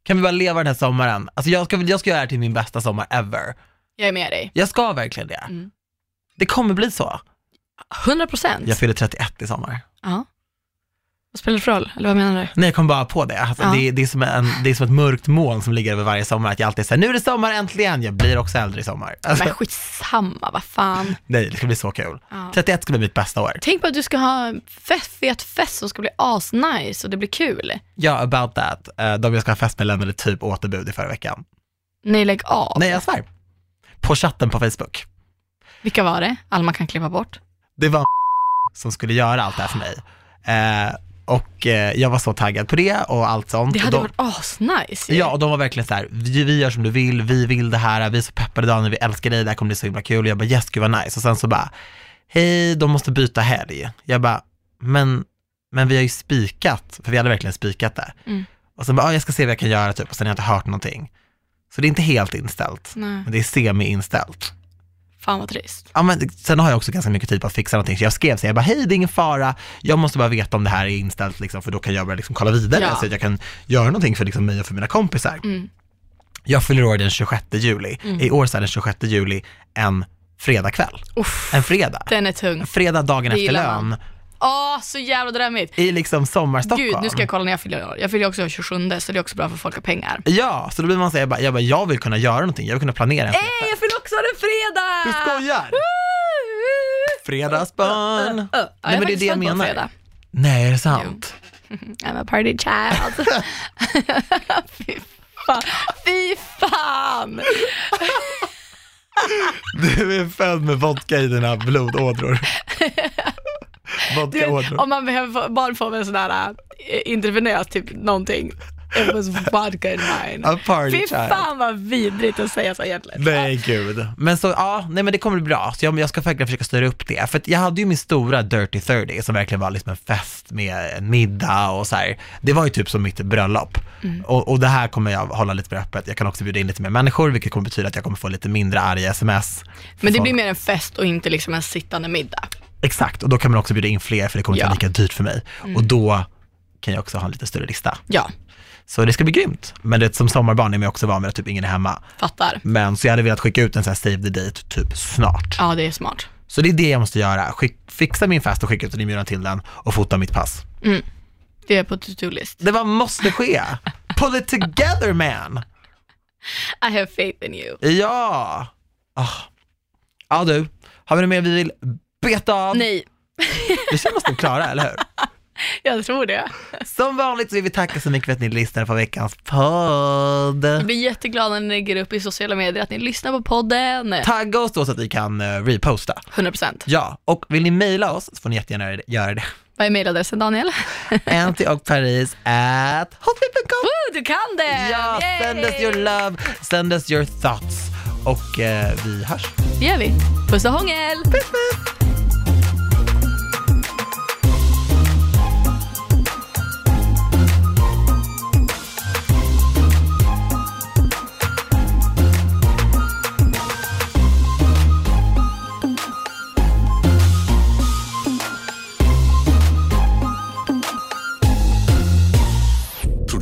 A: kan vi bara leva den här sommaren? Alltså jag ska, jag ska göra det här till min bästa sommar ever.
B: Jag är med dig.
A: Jag ska verkligen det.
B: Mm.
A: Det kommer bli så.
B: 100 procent.
A: Jag fyller 31 i sommar.
B: Ja. Vad spelar det för roll? Eller vad menar du?
A: Nej, jag kom bara på det. Alltså,
B: Ja.
A: det, det, är som en, det är som ett mörkt moln som ligger över varje sommar, att jag alltid säger nu är det sommar äntligen, jag blir också äldre i sommar. Alltså,
B: Men skitsamma, vad fan.
A: nej, det ska bli så kul.
B: *laughs* Ja.
A: 31 ska bli mitt bästa år.
B: Tänk på att du ska ha en fest, fet fest som ska bli asnice och det blir kul.
A: Ja, about that. Eh, De jag ska ha fest med lämnade typ återbud i förra veckan.
B: Nej, lägg av.
A: Nej, jag svär. På chatten på Facebook.
B: Vilka var det? Alma kan klippa bort.
A: det var *laughs* som skulle göra allt det här för mig. Eh, och eh, jag var så taggad på det och allt sånt.
B: Det
A: Och
B: hade
A: de,
B: varit asnice ju.
A: Ja, och de var verkligen så här, vi, vi gör som du vill, vi vill det här, vi är så peppade idag när vi älskar dig, det här kommer bli så himla kul. Och jag bara, yes, gud vad nice. Och sen så bara, hej, de måste byta helg. Jag bara, men, men vi har ju spikat, för vi hade verkligen spikat det.
B: Mm.
A: Och sen bara, ah, jag ska se vad jag kan göra typ, och sen har jag inte hört någonting. Så det är inte helt inställt,
B: Nej,
A: men det är semi-inställt.
B: fan vad trist.
A: Ja, men sen har jag också ganska mycket tid på att fixa någonting, så jag skrev så här, jag bara, hej det är ingen fara, jag måste bara veta om det här är inställt, liksom, för då kan jag börja liksom, kolla vidare,
B: Ja.
A: så att jag kan göra någonting för liksom, mig och för mina kompisar.
B: Mm.
A: Jag fyller år den 26 juli, i år så är den 26 juli en fredagkväll,
B: Uff,
A: en fredag.
B: den är tung.
A: Fredag dagen
B: Det
A: efter
B: gillar
A: lön,
B: man. Åh, så jävla drömmigt.
A: i liksom sommarstockholm.
B: Gud, nu ska jag kolla när jag fyller år. Jag fyller också år 27, så det är också bra för folk har pengar.
A: Ja, så då blir man så här, jag bara, jag, bara, jag vill kunna göra någonting, jag vill kunna planera en fredag.
B: Nej, jag fyller också år en fredag!
A: Du
B: *laughs*
A: skojar!
B: Uh, uh.
A: Fredagsbarn!
B: Ja, jag
A: Nej men det är
B: faktiskt
A: det jag
B: född på en
A: menar.
B: fredag.
A: Nej, är det sant?
B: I'm a party child. *laughs* Fy fan. Fy fan!
A: Du är född med vodka i dina
B: *laughs*
A: blodådror.
B: Du vet,
A: Vodkaådror.
B: om man behöver få, barn får med en sån där äh, intravenös typ någonting. It was vodka in mine.
A: A party
B: Fy
A: child.
B: fan vad vidrigt att säga så egentligen.
A: Nej gud. Men så, ja, nej men det kommer bli bra. Så jag, jag ska verkligen försöka styra upp det. För att jag hade ju min stora Dirty 30 som verkligen var liksom en fest med en middag och så här. Det var ju typ som mitt bröllop.
B: Mm.
A: Och, och det här kommer jag hålla lite mer öppet. Jag kan också bjuda in lite mer människor, vilket kommer betyda att jag kommer få lite mindre arga sms.
B: Men det
A: Folk-
B: blir mer en fest och inte liksom en sittande middag.
A: Exakt, och då kan man också bjuda in fler för det kommer inte
B: Ja. Mm.
A: vara lika dyrt för mig. Och då kan jag också ha en lite större lista.
B: Ja,
A: Så det ska bli grymt. Men det, som sommarbarn är man ju också van vid att typ ingen är hemma.
B: fattar.
A: Men så jag hade velat skicka ut en sån här save the date typ snart.
B: Ja, det är smart.
A: Så det är det jag måste göra. Skick, fixa min fest och skicka ut en inbjudan till den och fota mitt pass.
B: Det är på to-do list.
A: Det var måste ske. Pull it together man!
B: I have faith in you.
A: Ja! Ah. Ja du, har vi något mer vi vill beta av?
B: Nej,
A: Vi känner oss nog klara, eller hur?
B: Jag tror det.
A: Som vanligt så vill vi tacka så mycket för att ni lyssnade på veckans podd.
B: Jag blir jätteglad när ni lägger upp i sociala medier att ni lyssnar på podden.
A: Tagga oss då så att vi kan eh, reposta.
B: 100%.
A: Ja, och vill ni mejla oss så får ni jättegärna göra det- göra det.
B: Vad är mejladressen Daniel?
A: Anty och Paris at hotmail.com.
B: Woo, du kan det!
A: Ja,
B: Yay!
A: send us your love, send us your thoughts. Och eh, vi hörs.
B: Det gör vi. Puss och hångel!